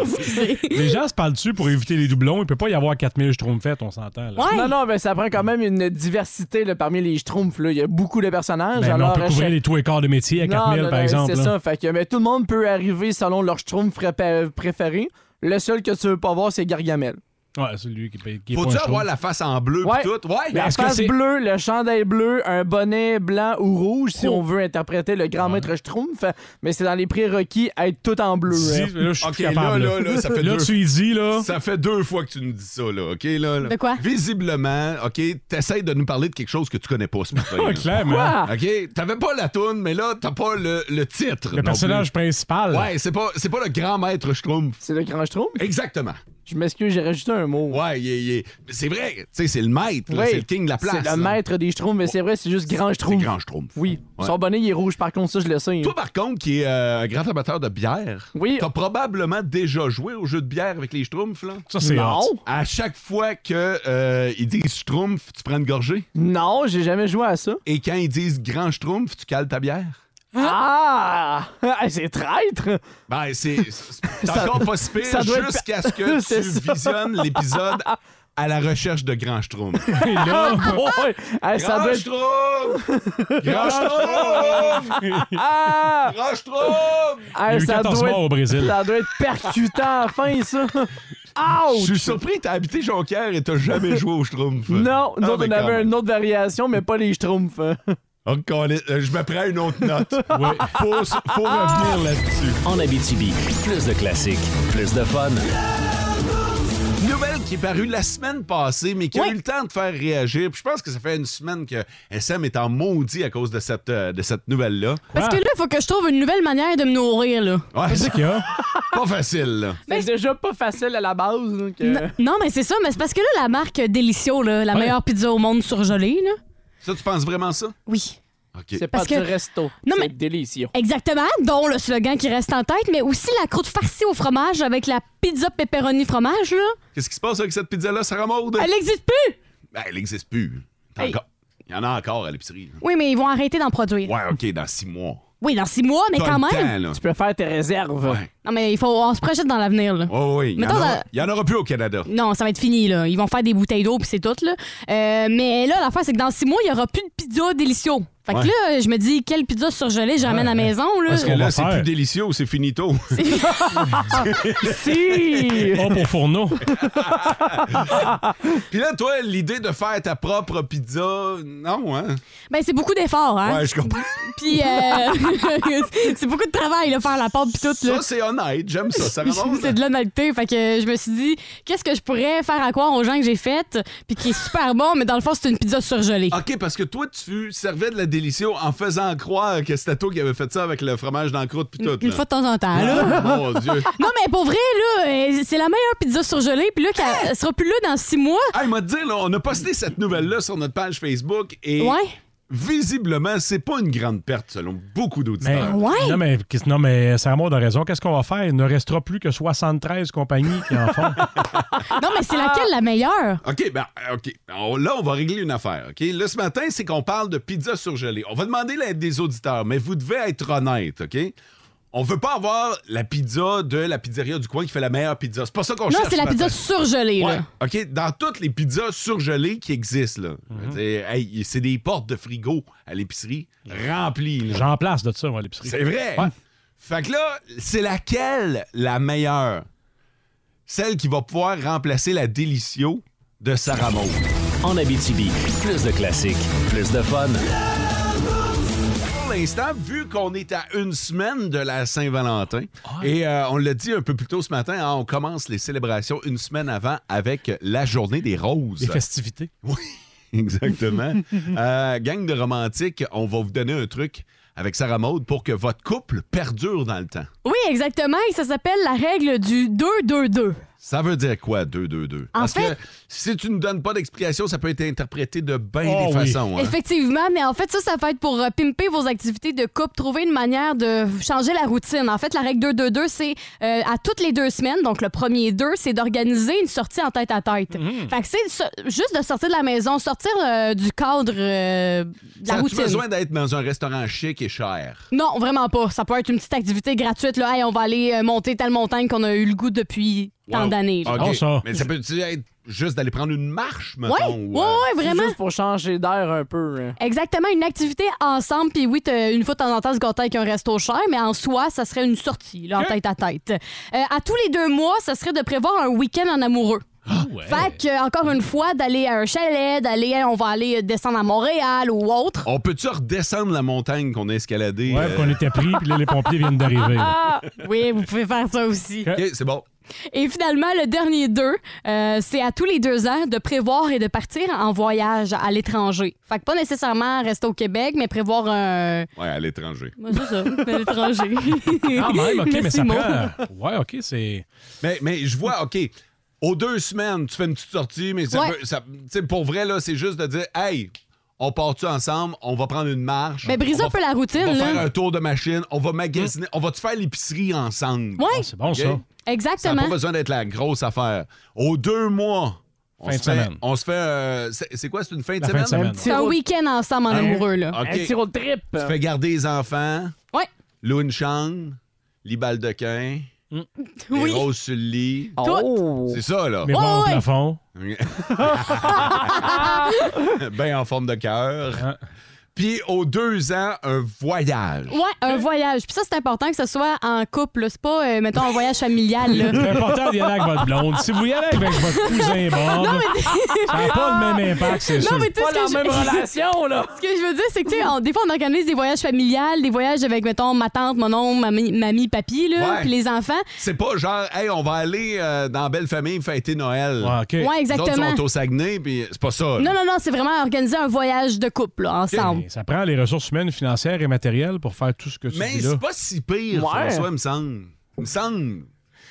Excusez.
Les gens se parlent-tu pour éviter les doublons? Il peut pas y avoir 4000 schtroumpfettes, on s'entend. là.
Non, non, mais ça prend quand même une diversité là, parmi les schtroumpfs. là. Il y a beaucoup de personnages.
Ben, mais on
alors,
peut couvrir
chaque-
les tous et quarts de métier à 4000,
Non, non,
par
non,
exemple.
C'est
là.
ça. Fait que, mais tout le monde peut arriver selon leur schtroumpf fré- préféré. Le seul que tu veux pas voir, c'est Gargamel.
Ouais, c'est lui qui, paye- qui est pas un
Faut-tu avoir
schtroumpf.
la face en bleu pis tout? Ouais!
La face bleue, le chandail bleu, un bonnet blanc ou rouge,
Oh.
si on veut interpréter le grand maître Schtroumpf. Mais c'est dans les prérequis être tout en bleu.
Si,
hein.
là, je suis
Ok,
plus capable,
là, là, là, ça fait
Là,
deux-
tu y dis, là.
Ça fait deux fois que tu nous dis ça, là, OK? Là, là.
De quoi?
Visiblement, OK, t'essayes de nous parler de quelque chose que tu connais pas ce matin. là.
Ah, Clairement. Quoi?
OK? T'avais pas la toune, mais là, t'as pas le, le titre.
Le personnage principal.
Ouais, c'est pas, c'est pas le grand maître Schtroumpf.
C'est le grand Schtroumpf?
Exactement.
Je m'excuse, j'ai rajouté un mot.
Ouais, il est- il est- mais c'est vrai. Tu sais, c'est le maître, là,
Oui,
c'est le king de la place.
C'est le
là.
maître des Schtroumpfs, mais c'est vrai, c'est juste grand Schtroumpf.
grand Schtroumpf.
Oui.
Ouais.
Son bonnet, il est rouge, par contre, ça, je le sais.
Toi, par contre, qui est euh, un grand amateur de bière, t'as probablement déjà joué au jeu de bière avec les Schtroumpfs, là?
Ça, c'est Non. hot.
À chaque fois que euh, ils disent Schtroumpf, tu prends une gorgée?
Non, j'ai jamais joué à ça.
Et quand ils disent grand Schtroumpf, tu cales ta bière?
Hein?
Ah! Ah, c'est traître!
Ben, c'est c'est
Ça-
encore pas si pire
ça doit être-
jusqu'à ce que
C'est
tu
ça.
visionnes l'épisode à la recherche de grand Schtroumpf.
Et là,
Ah,
boy! Eh, ça
Grand
doit être-
Schtroumpf! Grand Schtroumpf!
Ah!
Grand Schtroumpf!
Ah,
Il y a eu 14 morts au Brésil.
Ça doit être percutant à la fin, ça.
Je suis
Ouch!
surpris, t'as habité Jonquière et t'as jamais joué au Schtroumpf.
Non, nous
Ah,
autres,
ben,
on
quand
avait
même.
une autre variation, mais pas les schtroumpfs.
Oh, calé- euh, je me prends une autre note.
Oui.
Faut, faut revenir là-dessus.
En Abitibi, plus de classiques, plus de fun.
Nouvelle qui est parue la semaine passée, mais qui a eu le temps de faire réagir. Puis je pense que ça fait une semaine que SM est en maudit à cause de cette, euh, de cette nouvelle-là.
Parce que
Ah.
là, il faut que je trouve une nouvelle manière de me nourrir, là.
Ouais, c'est
qu'il y a?
Pas facile, là.
C'est déjà pas facile à la base. donc, euh,
Non, non, mais c'est ça, mais c'est parce que là, la marque Delicio, là, la meilleure pizza au monde surgelée, là.
Ça, tu penses vraiment ça?
Oui.
OK.
C'est pas
Parce
du
que-
resto.
Non,
C'est
mais-
délicieux.
Exactement, dont le slogan qui reste en tête, mais aussi la croûte farcie au fromage avec la pizza pepperoni fromage, là.
Euh.
Qu'est-ce qui se passe avec cette pizza-là, Sarah Maud?
Elle n'existe plus!
Ben, elle n'existe plus. T'as
Hey.
encore- Il y en a encore à l'épicerie.
Oui, mais ils vont arrêter d'en produire.
Ouais, OK, dans six mois.
Oui, dans six mois, mais
T'as
quand
le
même.
temps, là.
Tu peux faire tes réserves.
Non, mais il faut, on se projette dans l'avenir, là.
Oh, oui, il y, en
Mettons
aura-
dans-
il y en aura plus au Canada.
Non, ça va être fini, là. Ils vont faire des bouteilles d'eau, puis c'est tout, là. Euh, mais là, l'affaire, c'est que dans six mois, il n'y aura plus de pizza délicieux. Fait que
Ouais.
là, je me dis, quelle pizza surgelée j'amène à la maison, là?
Parce que là, c'est plus
faire?
délicieux, c'est finito.
si!
Oh, pour fourneau.
Puis là, toi, l'idée de faire ta propre pizza, non, hein?
Ben, c'est beaucoup d'efforts, hein?
Ouais, je comprends.
Puis, euh, c'est beaucoup de travail, là, faire la pâte, puis tout, là.
Ça, c'est honnête. J'aime ça. Ça remonte.
c'est de l'honnêteté. Fait que je me suis dit, qu'est-ce que je pourrais faire à croire aux gens que j'ai faite, puis qui est super bon, mais dans le fond, c'est une pizza surgelée.
OK, parce que toi, tu servais de la délicio en faisant croire que c'était toi qui avait fait ça avec le fromage dans la croûte puis tout.
Une
là. Ah,
fois de temps en temps, là.
Mon Dieu.
Non, mais pour vrai, là, euh, c'est la meilleure pizza surgelée. Puis là, qu'elle- elle sera plus là dans six mois.
Hey, m'a dit, là, on a posté cette nouvelle-là sur notre page Facebook et
Ouais.
visiblement, c'est pas une grande perte selon beaucoup
Mais,
d'auditeurs.
non, mais, qu'est- non, mais Sarah Maud a raison. Qu'est-ce qu'on va faire? Il ne restera plus que 73 compagnies qui en font.
Non, mais c'est laquelle la meilleure?
OK, ben, OK. On- là, on va régler une affaire, OK? Là, ce matin, c'est qu'on parle de pizza surgelée. On va demander l'aide des auditeurs, mais vous devez être honnête, OK? On veut pas avoir la pizza de la pizzeria du coin qui fait la meilleure pizza. C'est pas ça qu'on
Non,
cherche.
c'est la
ce matin.
pizza surgelée,
Ouais,
là.
OK, dans toutes les pizzas surgelées qui existent, là, je veux dire, hey, c'est des portes de frigo à l'épicerie remplies. là.
J'en place de ça, moi, à l'épicerie.
C'est vrai.
Ouais.
Fait que là, c'est laquelle la meilleure? Celle qui va pouvoir remplacer la délicio de Sarah Maud.
En Abitibi, plus de classiques, plus de fun.
Pour l'instant, vu qu'on est à une semaine de la Saint-Valentin, et euh, on l'a dit un peu plus tôt ce matin, hein, on commence les célébrations une semaine avant avec la journée des roses.
Des festivités.
Exactement. Euh, gang de romantiques, on va vous donner un truc avec Sarah Maud pour que votre couple perdure dans le temps.
Oui, exactement. Et ça s'appelle la règle du 2-2-2.
Ça veut dire quoi, 2-2-2?
En
Parce
fait-
que si tu ne donnes pas d'explication, ça peut être interprété de bien
Oh
des
oui.
façons. hein.
Effectivement, mais en fait, ça, ça va être pour euh, pimper vos activités de couple, trouver une manière de changer la routine. En fait, la règle 2-2-2, c'est euh, à toutes les deux semaines, donc le premier 2, c'est d'organiser une sortie en tête à tête.
Mm-hmm.
Fait que c'est so- juste de sortir de la maison, sortir euh, du cadre euh, de la
Ça a-tu
routine.
besoin d'être dans un restaurant chic et cher?
Non, vraiment pas. Ça peut être une petite activité gratuite. Là, Hey, on va aller euh, monter telle montagne qu'on a eu le goût depuis tant
Wow.
d'années. là.
OK. Mais ça peut être juste d'aller prendre une marche, mettons?
Ouais,
ou, euh,
ouais, ouais, vraiment.
Juste pour changer d'air un peu. hein.
Exactement, une activité ensemble, puis oui, t'as- une fois de temps en temps, se gâter avec un resto cher, mais en soi, ça serait une sortie, là, en tête à tête. Euh, à tous les deux mois, ça serait de prévoir un week-end en amoureux.
Ah,
Fait que, euh, encore une fois, d'aller à un chalet, d'aller, hey, on va aller euh, descendre à Montréal ou autre.
On peut-tu redescendre la montagne qu'on a escaladée? euh,
Ouais, qu'on était pris, puis là, les pompiers viennent d'arriver.
Ah, oui, vous pouvez faire ça aussi.
OK, c'est bon.
Et finalement, le dernier deux, euh, c'est à tous les deux ans de prévoir et de partir en voyage à l'étranger. Fait que pas nécessairement rester au Québec, mais prévoir un,
Ouais, à l'étranger.
Moi, c'est ça, à l'étranger.
Quand Ah, même, OK, mais
Merci,
ça
Mo.
prend... Ouais, OK, c'est...
Mais, mais je vois, OK, aux deux semaines, tu fais une petite sortie, mais ça
Ouais.
peut- ça- tu sais, pour vrai, là, c'est juste de dire, hey, on part-tu ensemble, on va prendre une marche.
Mais brise
on
un peu la routine,
On va
là.
faire un tour de machine, on va magasiner, on va-tu faire l'épicerie ensemble?
Ouais.
c'est
ah, bon,
ça.
Ça n'a
Exactement.
pas besoin d'être la grosse affaire. Aux deux mois, on
Fin
se
de
fait.
semaine.
On se fait euh, c'est c'est quoi, c'est une fin de
La
semaine?
fin de semaine. Un petit
C'est un week-end ensemble en amoureux, là.
OK.
trip.
Tu fais garder les enfants.
Ouais.
Louis une chambre, les balles de quin, les
Oui.
roses sur le lit.
Oh.
C'est ça, là.
Mais bon, au plafond.
ben en forme de cœur. Puis aux deux ans, un voyage.
Ouais, un voyage. Puis ça, c'est important que ce soit en couple. là. C'est pas, euh, mettons, un voyage familial. là.
C'est important d'y aller avec votre blonde. Si vous y allez avec votre cousin Bob,
Non, mais-
ça n'a pas le même impact, c'est
Non,
sûr.
mais tu sais
Pas
ce que
la
je-
même relation, là.
Ce que je veux dire, c'est que, tu sais, on- des fois, on organise des voyages familiales, des voyages avec, mettons, ma tante, mon oncle, mamie, mamie, papi, là,
Ouais.
puis les enfants.
C'est pas genre, hey, on va aller euh, dans Belle Famille fêter Noël. Ouais,
Ouais, exactement.
Ils sont au Saguenay, puis c'est pas ça. là.
Non, non, non, c'est vraiment organiser un voyage de couple, là, ensemble.
Ça prend les ressources humaines, financières et matérielles pour faire tout ce que tu
Mais
dis là.
c'est pas si pire,
Ouais.
François, me semble. Me semble.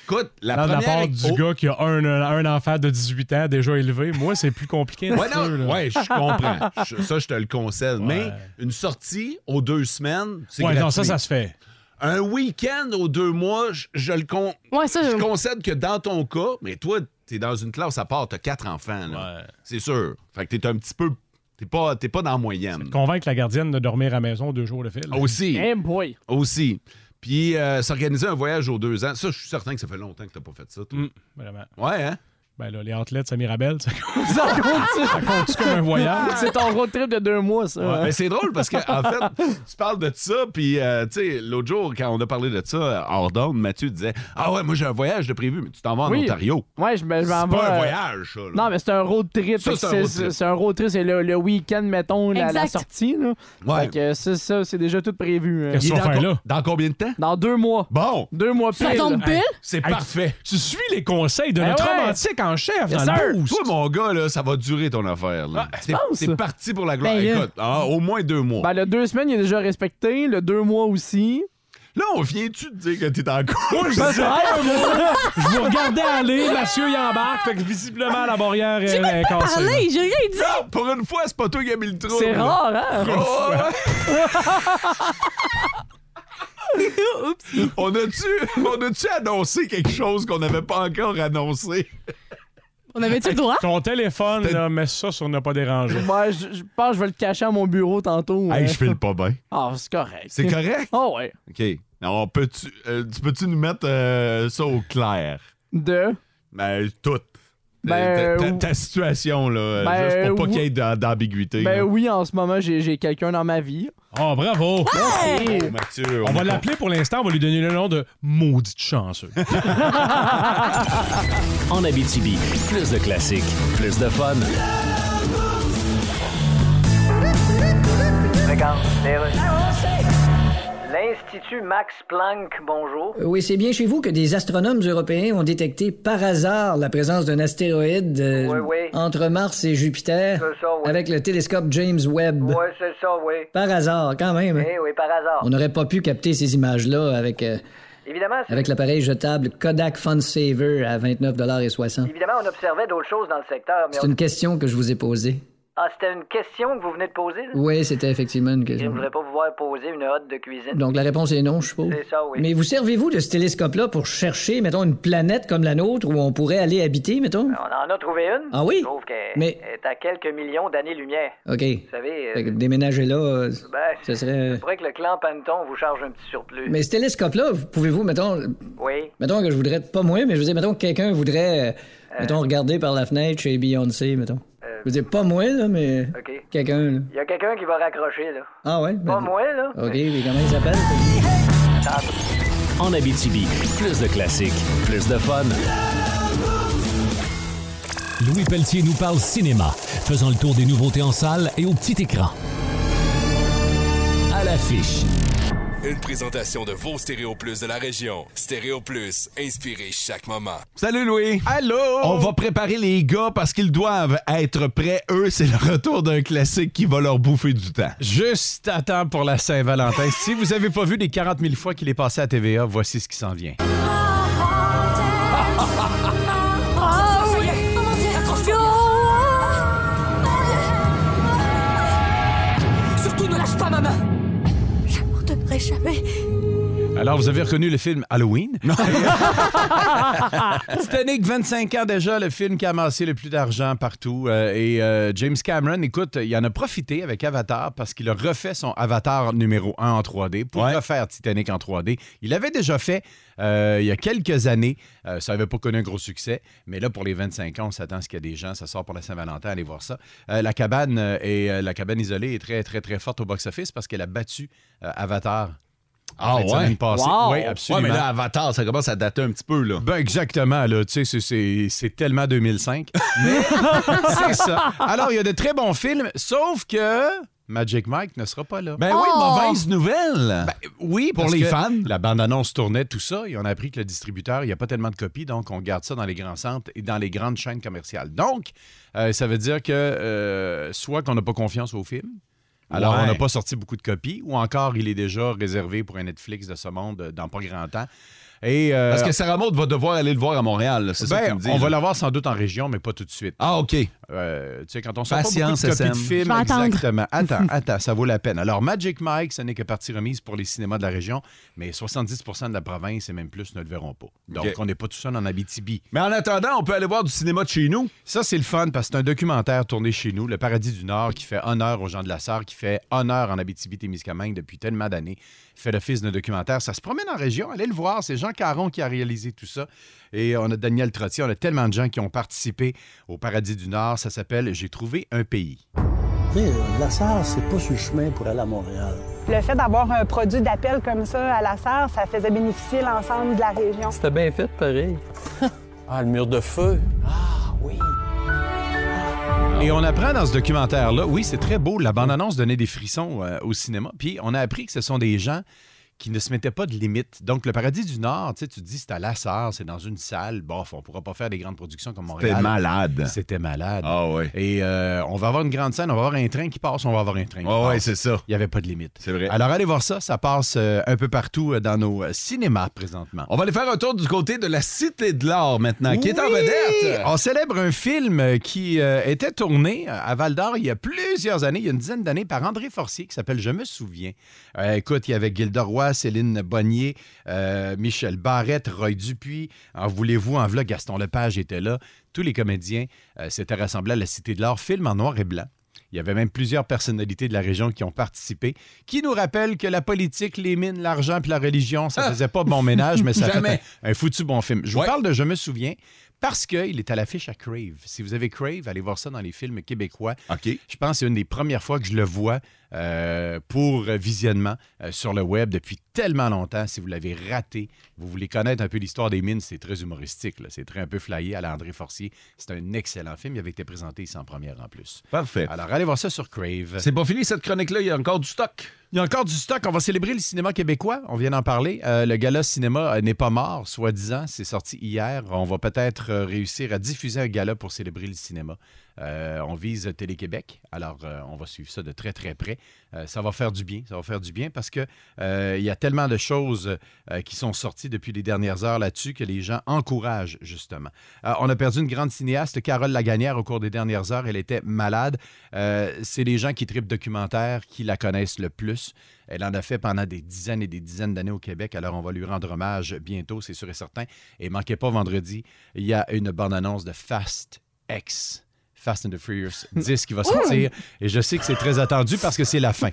Écoute, la
Là, de la
première...
part du
Oh.
gars qui a un, un enfant de 18 ans déjà élevé, moi, c'est plus compliqué. un
Ouais,
petit
non,
peu, là.
ouais, je comprends. Je- ça, je te le concède. Mais une sortie aux deux semaines, c'est
Ouais,
gratuit.
non, ça, ça se fait.
Un week-end aux deux mois, je, je le con... je concède que dans ton cas, mais toi, t'es dans une classe à part, t'as quatre enfants. là. C'est sûr. Fait que t'es un petit peu... T'es pas, t'es pas dans la moyenne.
Convaincre la gardienne de dormir à la maison deux jours de fil.
Aussi.
Eh boy.
Aussi. Puis euh, s'organiser un voyage aux deux ans, ça, je suis certain que ça fait longtemps que t'as pas fait ça, toi.
Vraiment.
Ouais, hein?
Ben là, les athlètes, c'est Mirabelle, ça
Ça compte-tu?
Ça compte-tu comme un voyage?
C'est ton road trip de deux mois, ça.
Ouais, mais Ben, c'est drôle parce que en fait, tu parles de ça, puis euh, tu sais, l'autre jour, quand on a parlé de ça, hors d'onde, Mathieu disait Ah ouais, moi j'ai un voyage de prévu, mais tu t'en vas en
Oui.
Ontario.
Ouais, je me- je
C'est
m'en vais.
pas un
euh,
voyage, ça, là.
Non, mais c'est un road trip.
Ça,
Fait que
c'est un
c'est-
road trip.
C'est un road trip, c'est le, le week-end, mettons, la, la
Exact.
sortie. Là.
Ouais.
Fait que c'est ça, c'est déjà tout prévu. hein.
Qu'est-ce qu'on
Il est
va faire
dans-
là?
Dans combien de temps?
Dans deux mois.
Bon!
Deux mois
Ça
pile.
tombe pile?
C'est
Hey,
parfait.
Tu suis les conseils de
Ben
notre
ouais.
romantique en chef
Yes,
dans
sir.
le boost.
Toi, mon gars, là, ça va durer ton affaire. là.
Ah, tu
T'es-
penses?
T'es parti pour la gloire.
Ben, là.
Écoute, ah, au moins deux mois.
Ben, le deux semaines, il est déjà respecté. Le deux mois aussi.
Là, on vient-tu de dire que t'es en cours?
Je sais pas, moi. Je vous regardais aller, Mathieu y embarque, fait que visiblement la barrière est, est cassée. là.
j'ai rien dit.
pour une fois, c'est pas toi qui as mis le trou.
C'est rare, hein?
Oh, ouais. on a-tu on a-tu annoncé quelque chose qu'on n'avait pas encore annoncé?
On avait-tu le droit?
Ton téléphone, là, mets ça sur ne pas déranger.
Ouais, je je pense que je vais le cacher à mon bureau tantôt.
Hey,
hein.
je file pas bien.
Ah, c'est correct.
C'est correct?
Oh, ouais.
OK. Alors, peux-tu, euh, tu peux-tu nous mettre euh, ça au clair?
De.
Ben, tout.
Ben,
Euh, ta, ta-
ou-
ta situation, là,
Ben,
juste pour pas
oui.
qu'il y ait d'a- d'ambiguïté.
Ben
là.
oui, en ce moment, j'ai j'ai quelqu'un dans ma vie.
Ah,
Oh, bravo!
Merci.
Oh, Mathieu,
On va
est
l'appeler pour l'instant, on va lui donner le nom de maudite chanceux.
En Abitibi, plus de classiques, plus de fun.
L'Institut Max Planck, bonjour.
Oui, c'est bien chez vous que des astronomes européens ont détecté par hasard la présence d'un astéroïde euh,
Oui, oui.
entre Mars et Jupiter
C'est ça, oui.
avec le télescope James Webb.
Oui, c'est ça, oui.
Par hasard, quand même. hein.
Eh oui, par hasard.
On n'aurait pas pu capter ces images-là avec euh,
Évidemment, c'est-
Avec l'appareil jetable Kodak FunSaver à 29,60
évidemment, on observait d'autres choses dans le secteur, mais
C'est
on-
une question que je vous ai posée.
Ah, c'était une question que vous venez de poser, là?
Oui, c'était effectivement une
Je ne
question.
voudrais pas vous voir poser une hotte de cuisine.
Donc la réponse est non, je suppose.
C'est ça, oui.
Mais vous servez-vous de ce télescope-là pour chercher, mettons, une planète comme la nôtre où on pourrait aller habiter, mettons?
On en a trouvé une.
Ah oui?
Je trouve qu'elle
Mais-
elle est à quelques millions d'années-lumière.
OK.
Vous savez, euh,
Fait que déménager là, euh,
ben,
ce serait...
c'est vrai que le clan Panton vous charge un petit surplus.
Mais ce télescope-là, vous- pouvez-vous, mettons...
Oui.
Mettons que je voudrais... Pas moi, mais je veux dire, mettons que quelqu'un voudrait, euh,
Euh.
mettons, regarder par la fenêtre chez Beyoncé, mettons.
Euh.
Je veux dire, pas moi, là, mais...
OK.
Quelqu'un, là.
Il y a quelqu'un qui va raccrocher, là.
Ah ouais?
Pas
ben-
moi, là.
OK, mais comment il s'appelle?
En Abitibi, plus de classiques, plus de fun.
Louis Pelletier nous parle cinéma, faisant le tour des nouveautés en salle et au petit écran. À l'affiche.
Une présentation de vos Stéréo Plus de la région. Stéréo Plus, inspirez chaque moment.
Salut Louis.
Allô.
On va préparer les gars parce qu'ils doivent être prêts. Eux, c'est le retour d'un classique qui va leur bouffer du temps.
Juste à temps pour la Saint-Valentin. si vous avez pas vu les 40 000 fois qu'il est passé à TVA, voici ce qui s'en vient.
Ah oui! Surtout ne lâche pas ma main! Je m'en jamais.
Alors, vous avez reconnu le film Halloween? Titanic, 25 ans déjà, le film qui a amassé le plus d'argent partout. Euh, et euh, James Cameron, écoute, il en a profité avec Avatar parce qu'il a refait son Avatar numéro 1 en 3D pour refaire Titanic en 3D. Il l'avait déjà fait euh, il y a quelques années. Euh, ça n'avait pas connu un gros succès. Mais là, pour les 25 ans, on s'attend à ce qu'il y a des gens. Ça sort pour la Saint-Valentin, allez voir ça. Euh, la, cabane, euh, est- euh, la cabane isolée est très, très, très forte au box-office parce qu'elle a battu euh, Avatar.
Ah
en fin de
ouais?
semaine passée.
Wow!
Oui, absolument.
Ouais, mais là, Avatar, ça commence à dater un petit peu, là.
Ben exactement, là. Tu sais, c'est- c'est- c'est tellement 2005. Mais c'est ça. Alors, il y a de très bons films, sauf que Magic Mike ne sera pas là.
Ben oui, Oh! mauvaise nouvelle.
Ben, oui,
Pour
parce
les
que
fans.
La bande-annonce tournait, tout ça, et on a appris que le distributeur, il n'y a pas tellement de copies, donc on garde ça dans les grands centres et dans les grandes chaînes commerciales. Donc, euh, ça veut dire que euh, soit qu'on n'a pas confiance au film, alors
Ouais.
on n'a pas sorti beaucoup de copies, ou encore il est déjà réservé pour un Netflix de ce monde euh, dans pas grand temps. Et, euh,
Parce que Sarah Maud va devoir aller le voir à Montréal, là, c'est ça
ben,
que tu me dis,
on va
là.
l'avoir sans doute en région, mais pas tout de suite.
Ah, OK.
Euh, tu sais, quand on sort pas beaucoup
Patience,
de copies
SM.
de films,
Je vais attendre.
exactement. Attends, attends, ça vaut la peine. Alors, Magic Mike, ce n'est que partie remise pour les cinémas de la région, mais 70 de la province et même plus ne le verront pas. Donc,
OK.
on n'est pas tout seul en Abitibi.
Mais en attendant, on peut aller voir du cinéma de chez nous.
Ça, c'est le fun parce que c'est un documentaire tourné chez nous, Le Paradis du Nord, qui fait honneur aux gens de la Sarre, qui fait honneur en Abitibi-Témiscamingue depuis tellement d'années. Fait l'office d'un documentaire. Ça se promène en région. Allez le voir. C'est Jean Caron qui a réalisé tout ça. Et on a Daniel Trottier. On a tellement de gens qui ont participé au Paradis du Nord. Ça s'appelle J'ai trouvé un pays.
Tu sais, la Sarre, c'est pas sur le chemin pour aller à Montréal.
Le fait d'avoir un produit d'appel comme ça à la serre, ça faisait bénéficier l'ensemble de la région.
C'était bien fait, pareil. ah, le mur de feu.
Ah Et on apprend dans ce documentaire-là, oui, c'est très beau, la bande-annonce donnait des frissons euh, au cinéma. Puis on a appris que ce sont des gens qui ne se mettaient pas de limites. Donc, le Paradis du Nord, tu sais, tu te dis, c'est à la Sarre, c'est dans une salle, bof, on pourra pas faire des grandes productions comme Montréal.
C'était malade.
C'était malade.
Ah ouais.
Et euh, on va avoir une grande scène, on va avoir un train qui passe, on va avoir un train qui
Ah ouais,
passe.
c'est ça.
Il n'y avait pas de limite.
C'est vrai.
Alors, allez voir ça, ça passe euh, un peu partout euh, dans nos euh, cinémas présentement.
On va aller faire un tour du côté de la Cité de l'Or maintenant, qui est en
Oui!
vedette.
On célèbre un film qui euh, était tourné à Val d'Or il y a plusieurs années, il y a une dizaine d'années, par André Forcier, qui s'appelle Je me souviens. Euh, écoute, il y avait Gilda Roy, Céline Bonnier, euh, Michel Barrette, Roy Dupuis. En voulez-vous, en vlog, Gaston Lepage était là. Tous les comédiens euh, s'étaient rassemblés à la Cité de l'Or, film en noir et blanc. Il y avait même plusieurs personnalités de la région qui ont participé, qui nous rappellent que la politique, les mines, l'argent puis la religion, ça faisait pas bon ménage, mais ça
Jamais.
fait un, un foutu bon film. Je vous parle de Je me souviens parce qu'il est à l'affiche à Crave. Si vous avez Crave, allez voir ça dans les films québécois. Je pense que c'est une des premières fois que je le vois euh, pour visionnement euh, sur le web depuis tellement longtemps. Si vous l'avez raté, vous voulez connaître un peu l'histoire des mines, c'est très humoristique. là. C'est très un peu flyé à l'André Forcier. C'est un excellent film. Il avait été présenté ici en première en plus.
Parfait.
Alors allez voir ça sur Crave.
C'est pas fini cette chronique-là, il y a encore du stock.
Il y a encore du stock. On va célébrer le cinéma québécois. On vient d'en parler. Euh, le gala cinéma euh, n'est pas mort, soi-disant. C'est sorti hier. On va peut-être euh, réussir à diffuser un gala pour célébrer le cinéma. Euh, on vise Télé-Québec. Alors, euh, on va suivre ça de très, très près. Euh, ça va faire du bien. Ça va faire du bien parce que euh, il y a tellement de choses euh, qui sont sorties depuis les dernières heures là-dessus que les gens encouragent, justement. Euh, on a perdu une grande cinéaste, Carole Laganière, au cours des dernières heures. Elle était malade. Euh, C'est les gens qui tripent documentaires qui la connaissent le plus. Elle en a fait pendant des dizaines et des dizaines d'années au Québec, alors on va lui rendre hommage bientôt, c'est sûr et certain. Et manquez pas vendredi, il y a une bande-annonce de Fast X. Fast and the Furious 10 qui va sortir. Et je sais que c'est très attendu parce que c'est la fin.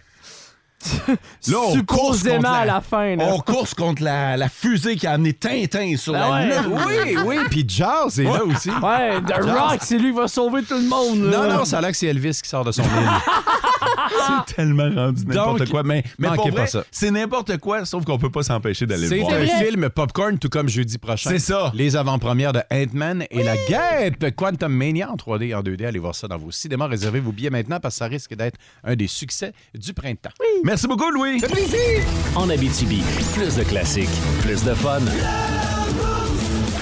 Là, on course contre
Supposément à la fin, là.
On course contre la, la fusée qui a amené Tintin sur
Ah
la
ouais.
lune. Oui, oui, puis Jazz est là aussi.
Ouais, The
Jaws.
Rock, c'est lui qui va sauver tout le monde. là.
Non, non, ça a l'air que c'est Elvis qui sort de son île.
Ah.
c'est tellement rendu n'importe
Donc,
quoi. Mais,
mais
manquez
pour vrai,
pas ça.
C'est n'importe quoi, sauf qu'on peut pas s'empêcher d'aller le
C'est
voir.
un film popcorn, tout comme jeudi prochain.
C'est ça.
Les avant-premières de Ant-Man et la guêpe Quantum Mania en 3D et en 2D. Allez voir ça dans vos cinémas. Réservez vos billets maintenant parce que ça risque d'être un des succès du printemps.
Merci beaucoup, Louis.
En Abitibi, plus de classiques, plus de fun.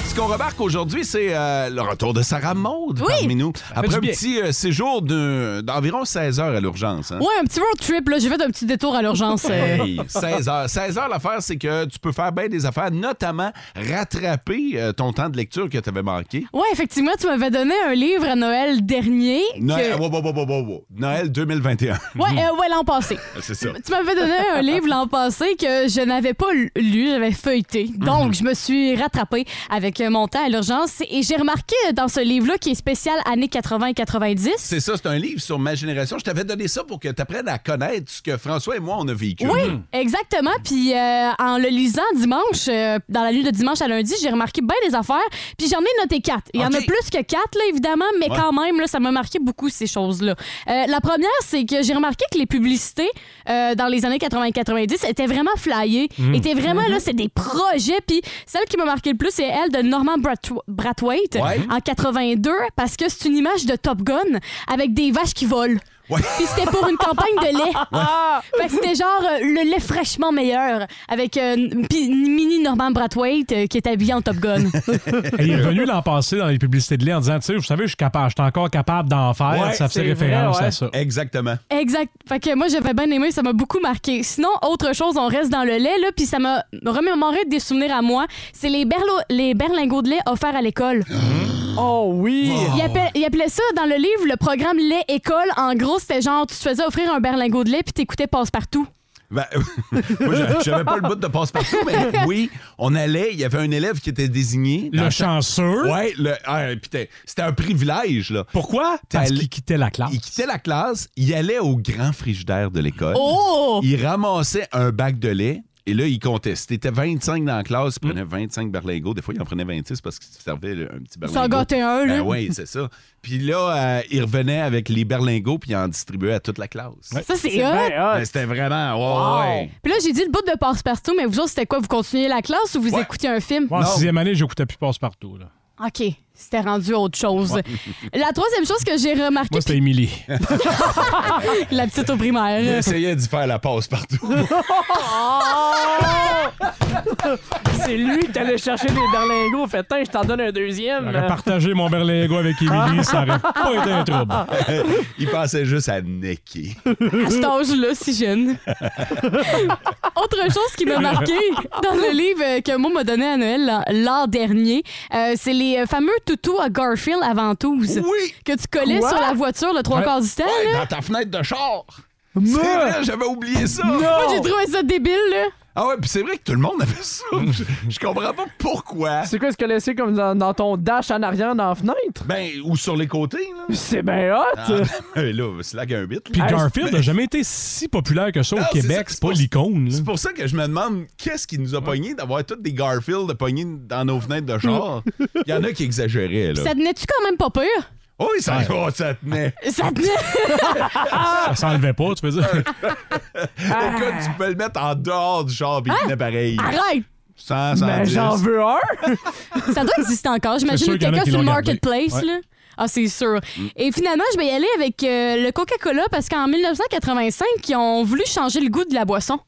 Ce qu'on remarque aujourd'hui, c'est euh, le retour de Sarah Maud
Oui.
parmi nous.
Ça fait
Après
du
un
bien.
petit euh, séjour de- d'environ 16 heures à l'urgence. hein.
Ouais, un petit road trip, là. J'ai fait un petit détour à l'urgence. euh.
Hey, 16 heures. 16 heures, l'affaire, c'est que tu peux faire bien des affaires, notamment rattraper euh, ton temps de lecture que tu avais manqué.
Ouais, effectivement, tu m'avais donné un livre à Noël dernier.
Noël,
que-
wow, wow, wow, wow, wow, wow. Noël 2021.
Ouais, euh, ouais, l'an passé.
c'est ça.
Tu m'avais donné un livre l'an passé que je n'avais pas lu- lu, j'avais feuilleté. Donc, je me suis rattrapée avec mon temps à l'urgence. Et j'ai remarqué dans ce livre-là, qui est spécial années 80 et 90,
C'est ça, c'est un livre sur ma génération. Je t'avais donné ça pour que tu apprennes à connaître ce que François et moi, on a vécu.
Oui,
Hum.
exactement. Puis euh, en le lisant dimanche, euh, dans la nuit de dimanche à lundi, j'ai remarqué bien des affaires. Puis j'en ai noté quatre. Il y en a
Ok.
plus que quatre, là, évidemment, mais
Ouais.
quand même, là, ça m'a marqué beaucoup ces choses-là. Euh, la première, c'est que j'ai remarqué que les publicités euh, dans les années 80-90 étaient vraiment flyées,
Mm.
étaient vraiment là, c'est des projets. Puis celle qui m'a marqué le plus, c'est elle de Norman Brathwa- Brathwaite
Ouais.
en 82, parce que c'est une image de Top Gun avec des vaches qui volent. Puis c'était pour une campagne de lait. Fait que c'était genre euh, le lait fraîchement meilleur avec euh, n- puis une mini Norman Brathwaite euh, qui est habillé en Top Gun.
Et il est revenu l'an passé dans les publicités de lait en disant, tu sais, vous savez, je suis capable, je suis encore capable d'en faire.
Ouais,
ça faisait
c'est vrai,
référence
ouais.
à ça.
Exactement.
exact. Fait que moi j'avais bien aimé, ça m'a beaucoup marqué. Sinon autre chose, on reste dans le lait là puis ça m'a remémoré des souvenirs à moi, c'est les berlo- les berlingots de lait offerts à l'école.
Oh oui!
Il, appelle- il appelait ça dans le livre le programme lait école. En gros, c'était genre tu te faisais offrir un berlingot de lait puis t'écoutais passe-partout.
Ben, moi, j'a- j'avais pas le bout de passe-partout, mais oui, on allait, il y avait un élève qui était désigné. Ah,
Le chanceux.
Ouais, le, ah, putain, c'était un privilège, là.
Pourquoi? Parce qu'il quittait la classe.
Il quittait la classe, il allait au grand frigidaire de l'école.
Oh!
Il ramassait un bac de lait. Et là, il comptait. Si t'étais 25 dans la classe,
Mm.
il prenait 25 berlingots. Des fois, il en prenait 26 parce qu'il servait là, un petit berlingot.
en gâtait un, là.
Ben oui, c'est ça. Puis là, euh, il revenait avec les berlingots puis il en distribuait à toute la classe.
Ça, c'est C'est hot. bien hot.
Ben, C'était vraiment... ouais, ouais.
Puis là, j'ai dit le bout de passe-partout, mais vous autres, c'était quoi? Vous continuez la classe ou vous écoutiez un film?
Moi, en sixième année, j'écoutais plus passe-partout. là.
OK. C'était rendu autre chose.
Ouais.
La troisième chose que j'ai remarqué,
Moi, c'était Émilie.
la petite au
Il
primaire.
essayait d'y faire la passe partout.
C'est lui qui allait chercher des berlingots. Fait, Tiens, je t'en donne un deuxième.
J'aurais partagé mon berlingot avec Émilie, ça aurait pas été un trouble.
Ah. il pensait juste à necker.
À cet âge-là, si jeune. Autre chose qui m'a marqué dans le livre euh, que Mo m'a donné à Noël l'an- l'an dernier, euh, c'est les euh, fameux toutous à Garfield avant tout.
Oui!
Que tu collais
Quoi?
sur la voiture le trois quarts du temps.
Ouais,
là.
dans ta fenêtre de char. C'est vrai, j'avais oublié ça.
Oh!
Moi, j'ai trouvé ça débile, là.
Ah ouais, puis c'est vrai que tout le monde avait ça. Je, je comprends pas pourquoi.
C'est quoi ce que laissé comme dans, dans ton dash en arrière dans la fenêtre?
Ben, ou sur les côtés, là.
C'est bien hot!
Ah,
euh,
ben, là, slag un bit. là.
Puis Garfield n'a jamais été si populaire que ça
Ah, Non,
au
c'est
Québec.
ça,
C'est pas l'icône. là.
C'est pour ça que je me demande qu'est-ce qui nous a pogné d'avoir tous des Garfield pognés dans nos fenêtres de char. Il y en a qui exagéraient, là.
Puis Ça tenait-tu quand même pas pire?
Oh, oui, ça, oh, ça tenait.
Ça tenait.
Ça s'enlevait pas, tu veux dire?
Ah.
Écoute, tu peux le mettre en dehors du char, puis il tenait pareil.
Arrête!
Sans, sans
Ben,
dix. Ah,
j'en veux un!
Ça doit exister encore.
C'est
J'imagine
sûr
que
qu'il y en a
quelqu'un
qui
sur le
l'ont gardé.
marketplace.
Ouais.
là. Ah, c'est sûr.
Mm.
Et finalement, je vais y aller avec euh, le Coca-Cola parce qu'en 1985, ils ont voulu changer le goût de la boisson.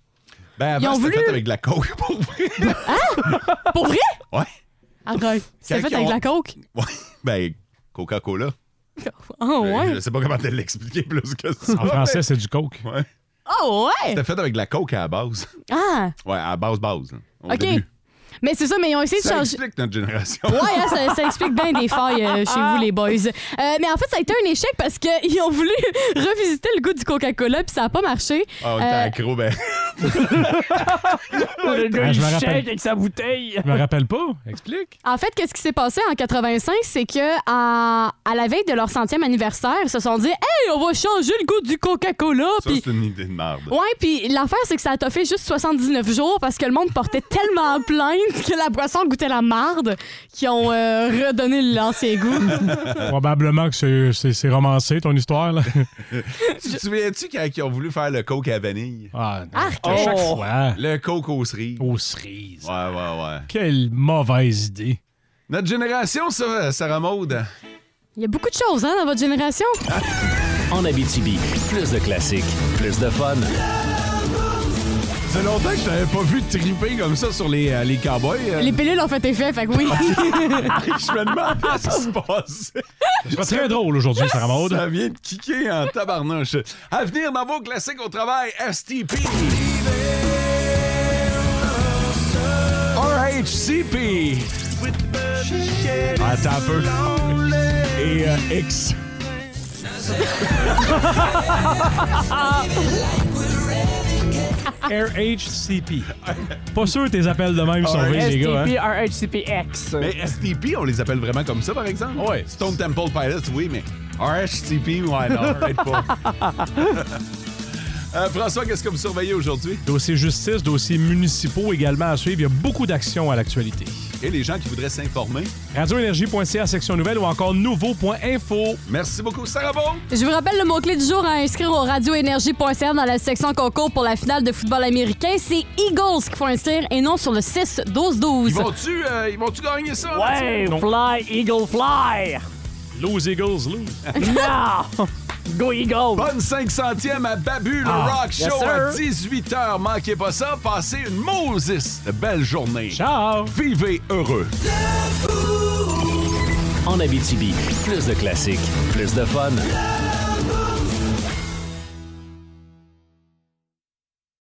Ben,
Ils
avant,
ont
c'était
voulu-
fait avec de la coke, pour vrai.
Pour vrai?
Ouais.
Arrête. C'est
Quand
fait avec
ils ont-
la coke.
Ouais. Ben, Coca-Cola.
Oh,
Je-
ouais.
Je sais pas comment te l'expliquer plus que ça.
En français,
mais-
c'est du coke.
Ouais.
Oh, ouais.
C'était fait avec de la coke à la base.
Ah,
Ouais, à la base, base. là, au
OK.
début.
Mais c'est ça, mais ils ont essayé de
Ça
changer.
explique notre génération.
Ouais, hein, ça, ça explique bien des failles euh, chez vous, les boys. Euh, mais en fait, ça a été un échec parce qu'ils ont voulu revisiter le goût du Coca-Cola, puis ça n'a pas marché.
Ah, on était
Euh,
accro, ben.
Le gars,
Ah, je
il
me
shake
rappelle.
avec sa bouteille.
Je me rappelle pas. Explique.
En fait, qu'est-ce qui s'est passé en 85, c'est que à, à la veille de leur centième anniversaire, ils se sont dit Hey, on va changer le goût du Coca-Cola.
Ça,
Puis-
c'est une idée de merde.
Ouais, puis l'affaire, c'est que ça a toffé juste 79 jours parce que le monde portait tellement plainte que la boisson goûtait la marde qu'ils ont euh, redonné l'ancien goût.
Probablement que c'est- c'est c'est romancé, ton histoire. Là.
tu te souviens-tu quand ils ont voulu faire le coke à la vanille?
Ah,
Arc!
Oh.
à chaque fois.
Le coke aux cerises.
Aux cerises.
Ouais, ouais, ouais.
Quelle mauvaise idée.
Notre génération, ça, Sarah Maud.
Il y a beaucoup de choses hein, dans votre génération.
En Abitibi, plus de classiques, plus de fun.
C'est longtemps que je t'avais pas vu triper comme ça sur les, euh, les cowboys. euh.
Les pilules ont fait effet, fait que oui.
je me demande ce qui se passe.
C'est pas très drôle aujourd'hui, Sarah Maud.
Ça vient de kicker en tabarnouche. À venir dans vos classiques au travail, STP. RHCP. Ah, Attends un peu. Et euh, X.
RHCP. Pas sûr que tes appels de même sont vrais, les gars. Hein?
STPRHCPX.
Mais STP, on les appelle vraiment comme ça, par exemple? Oui. Stone Temple Pilots, oui, mais RHCP, ouais, non, peut-être pas. Euh, François, qu'est-ce que vous surveillez aujourd'hui?
Dossier justice, dossiers municipaux également à suivre. Il y a beaucoup d'actions à l'actualité.
Et les gens qui voudraient s'informer.
Radioénergie.ca, section nouvelle ou encore nouveau.info.
Merci beaucoup, Sarah Bon.
Je vous rappelle le mot-clé du jour à inscrire au radioénergie.ca dans la section concours pour la finale de football américain. C'est Eagles qu'il faut inscrire et non sur le 6-12-12.
Ils vont-tu euh, ils vont-tu gagner ça?
Ouais,
Non.
fly, eagle, fly.
Lose Eagles, lose.
Non! Go Eagles!
Bonne 500e à Babu, le
Ah,
Rock
yes,
Show à
sir.
18h. Manquez pas ça. Passez une Moses de belle journée. Ciao. Vivez heureux.
En Abitibi, plus de classiques, plus de fun.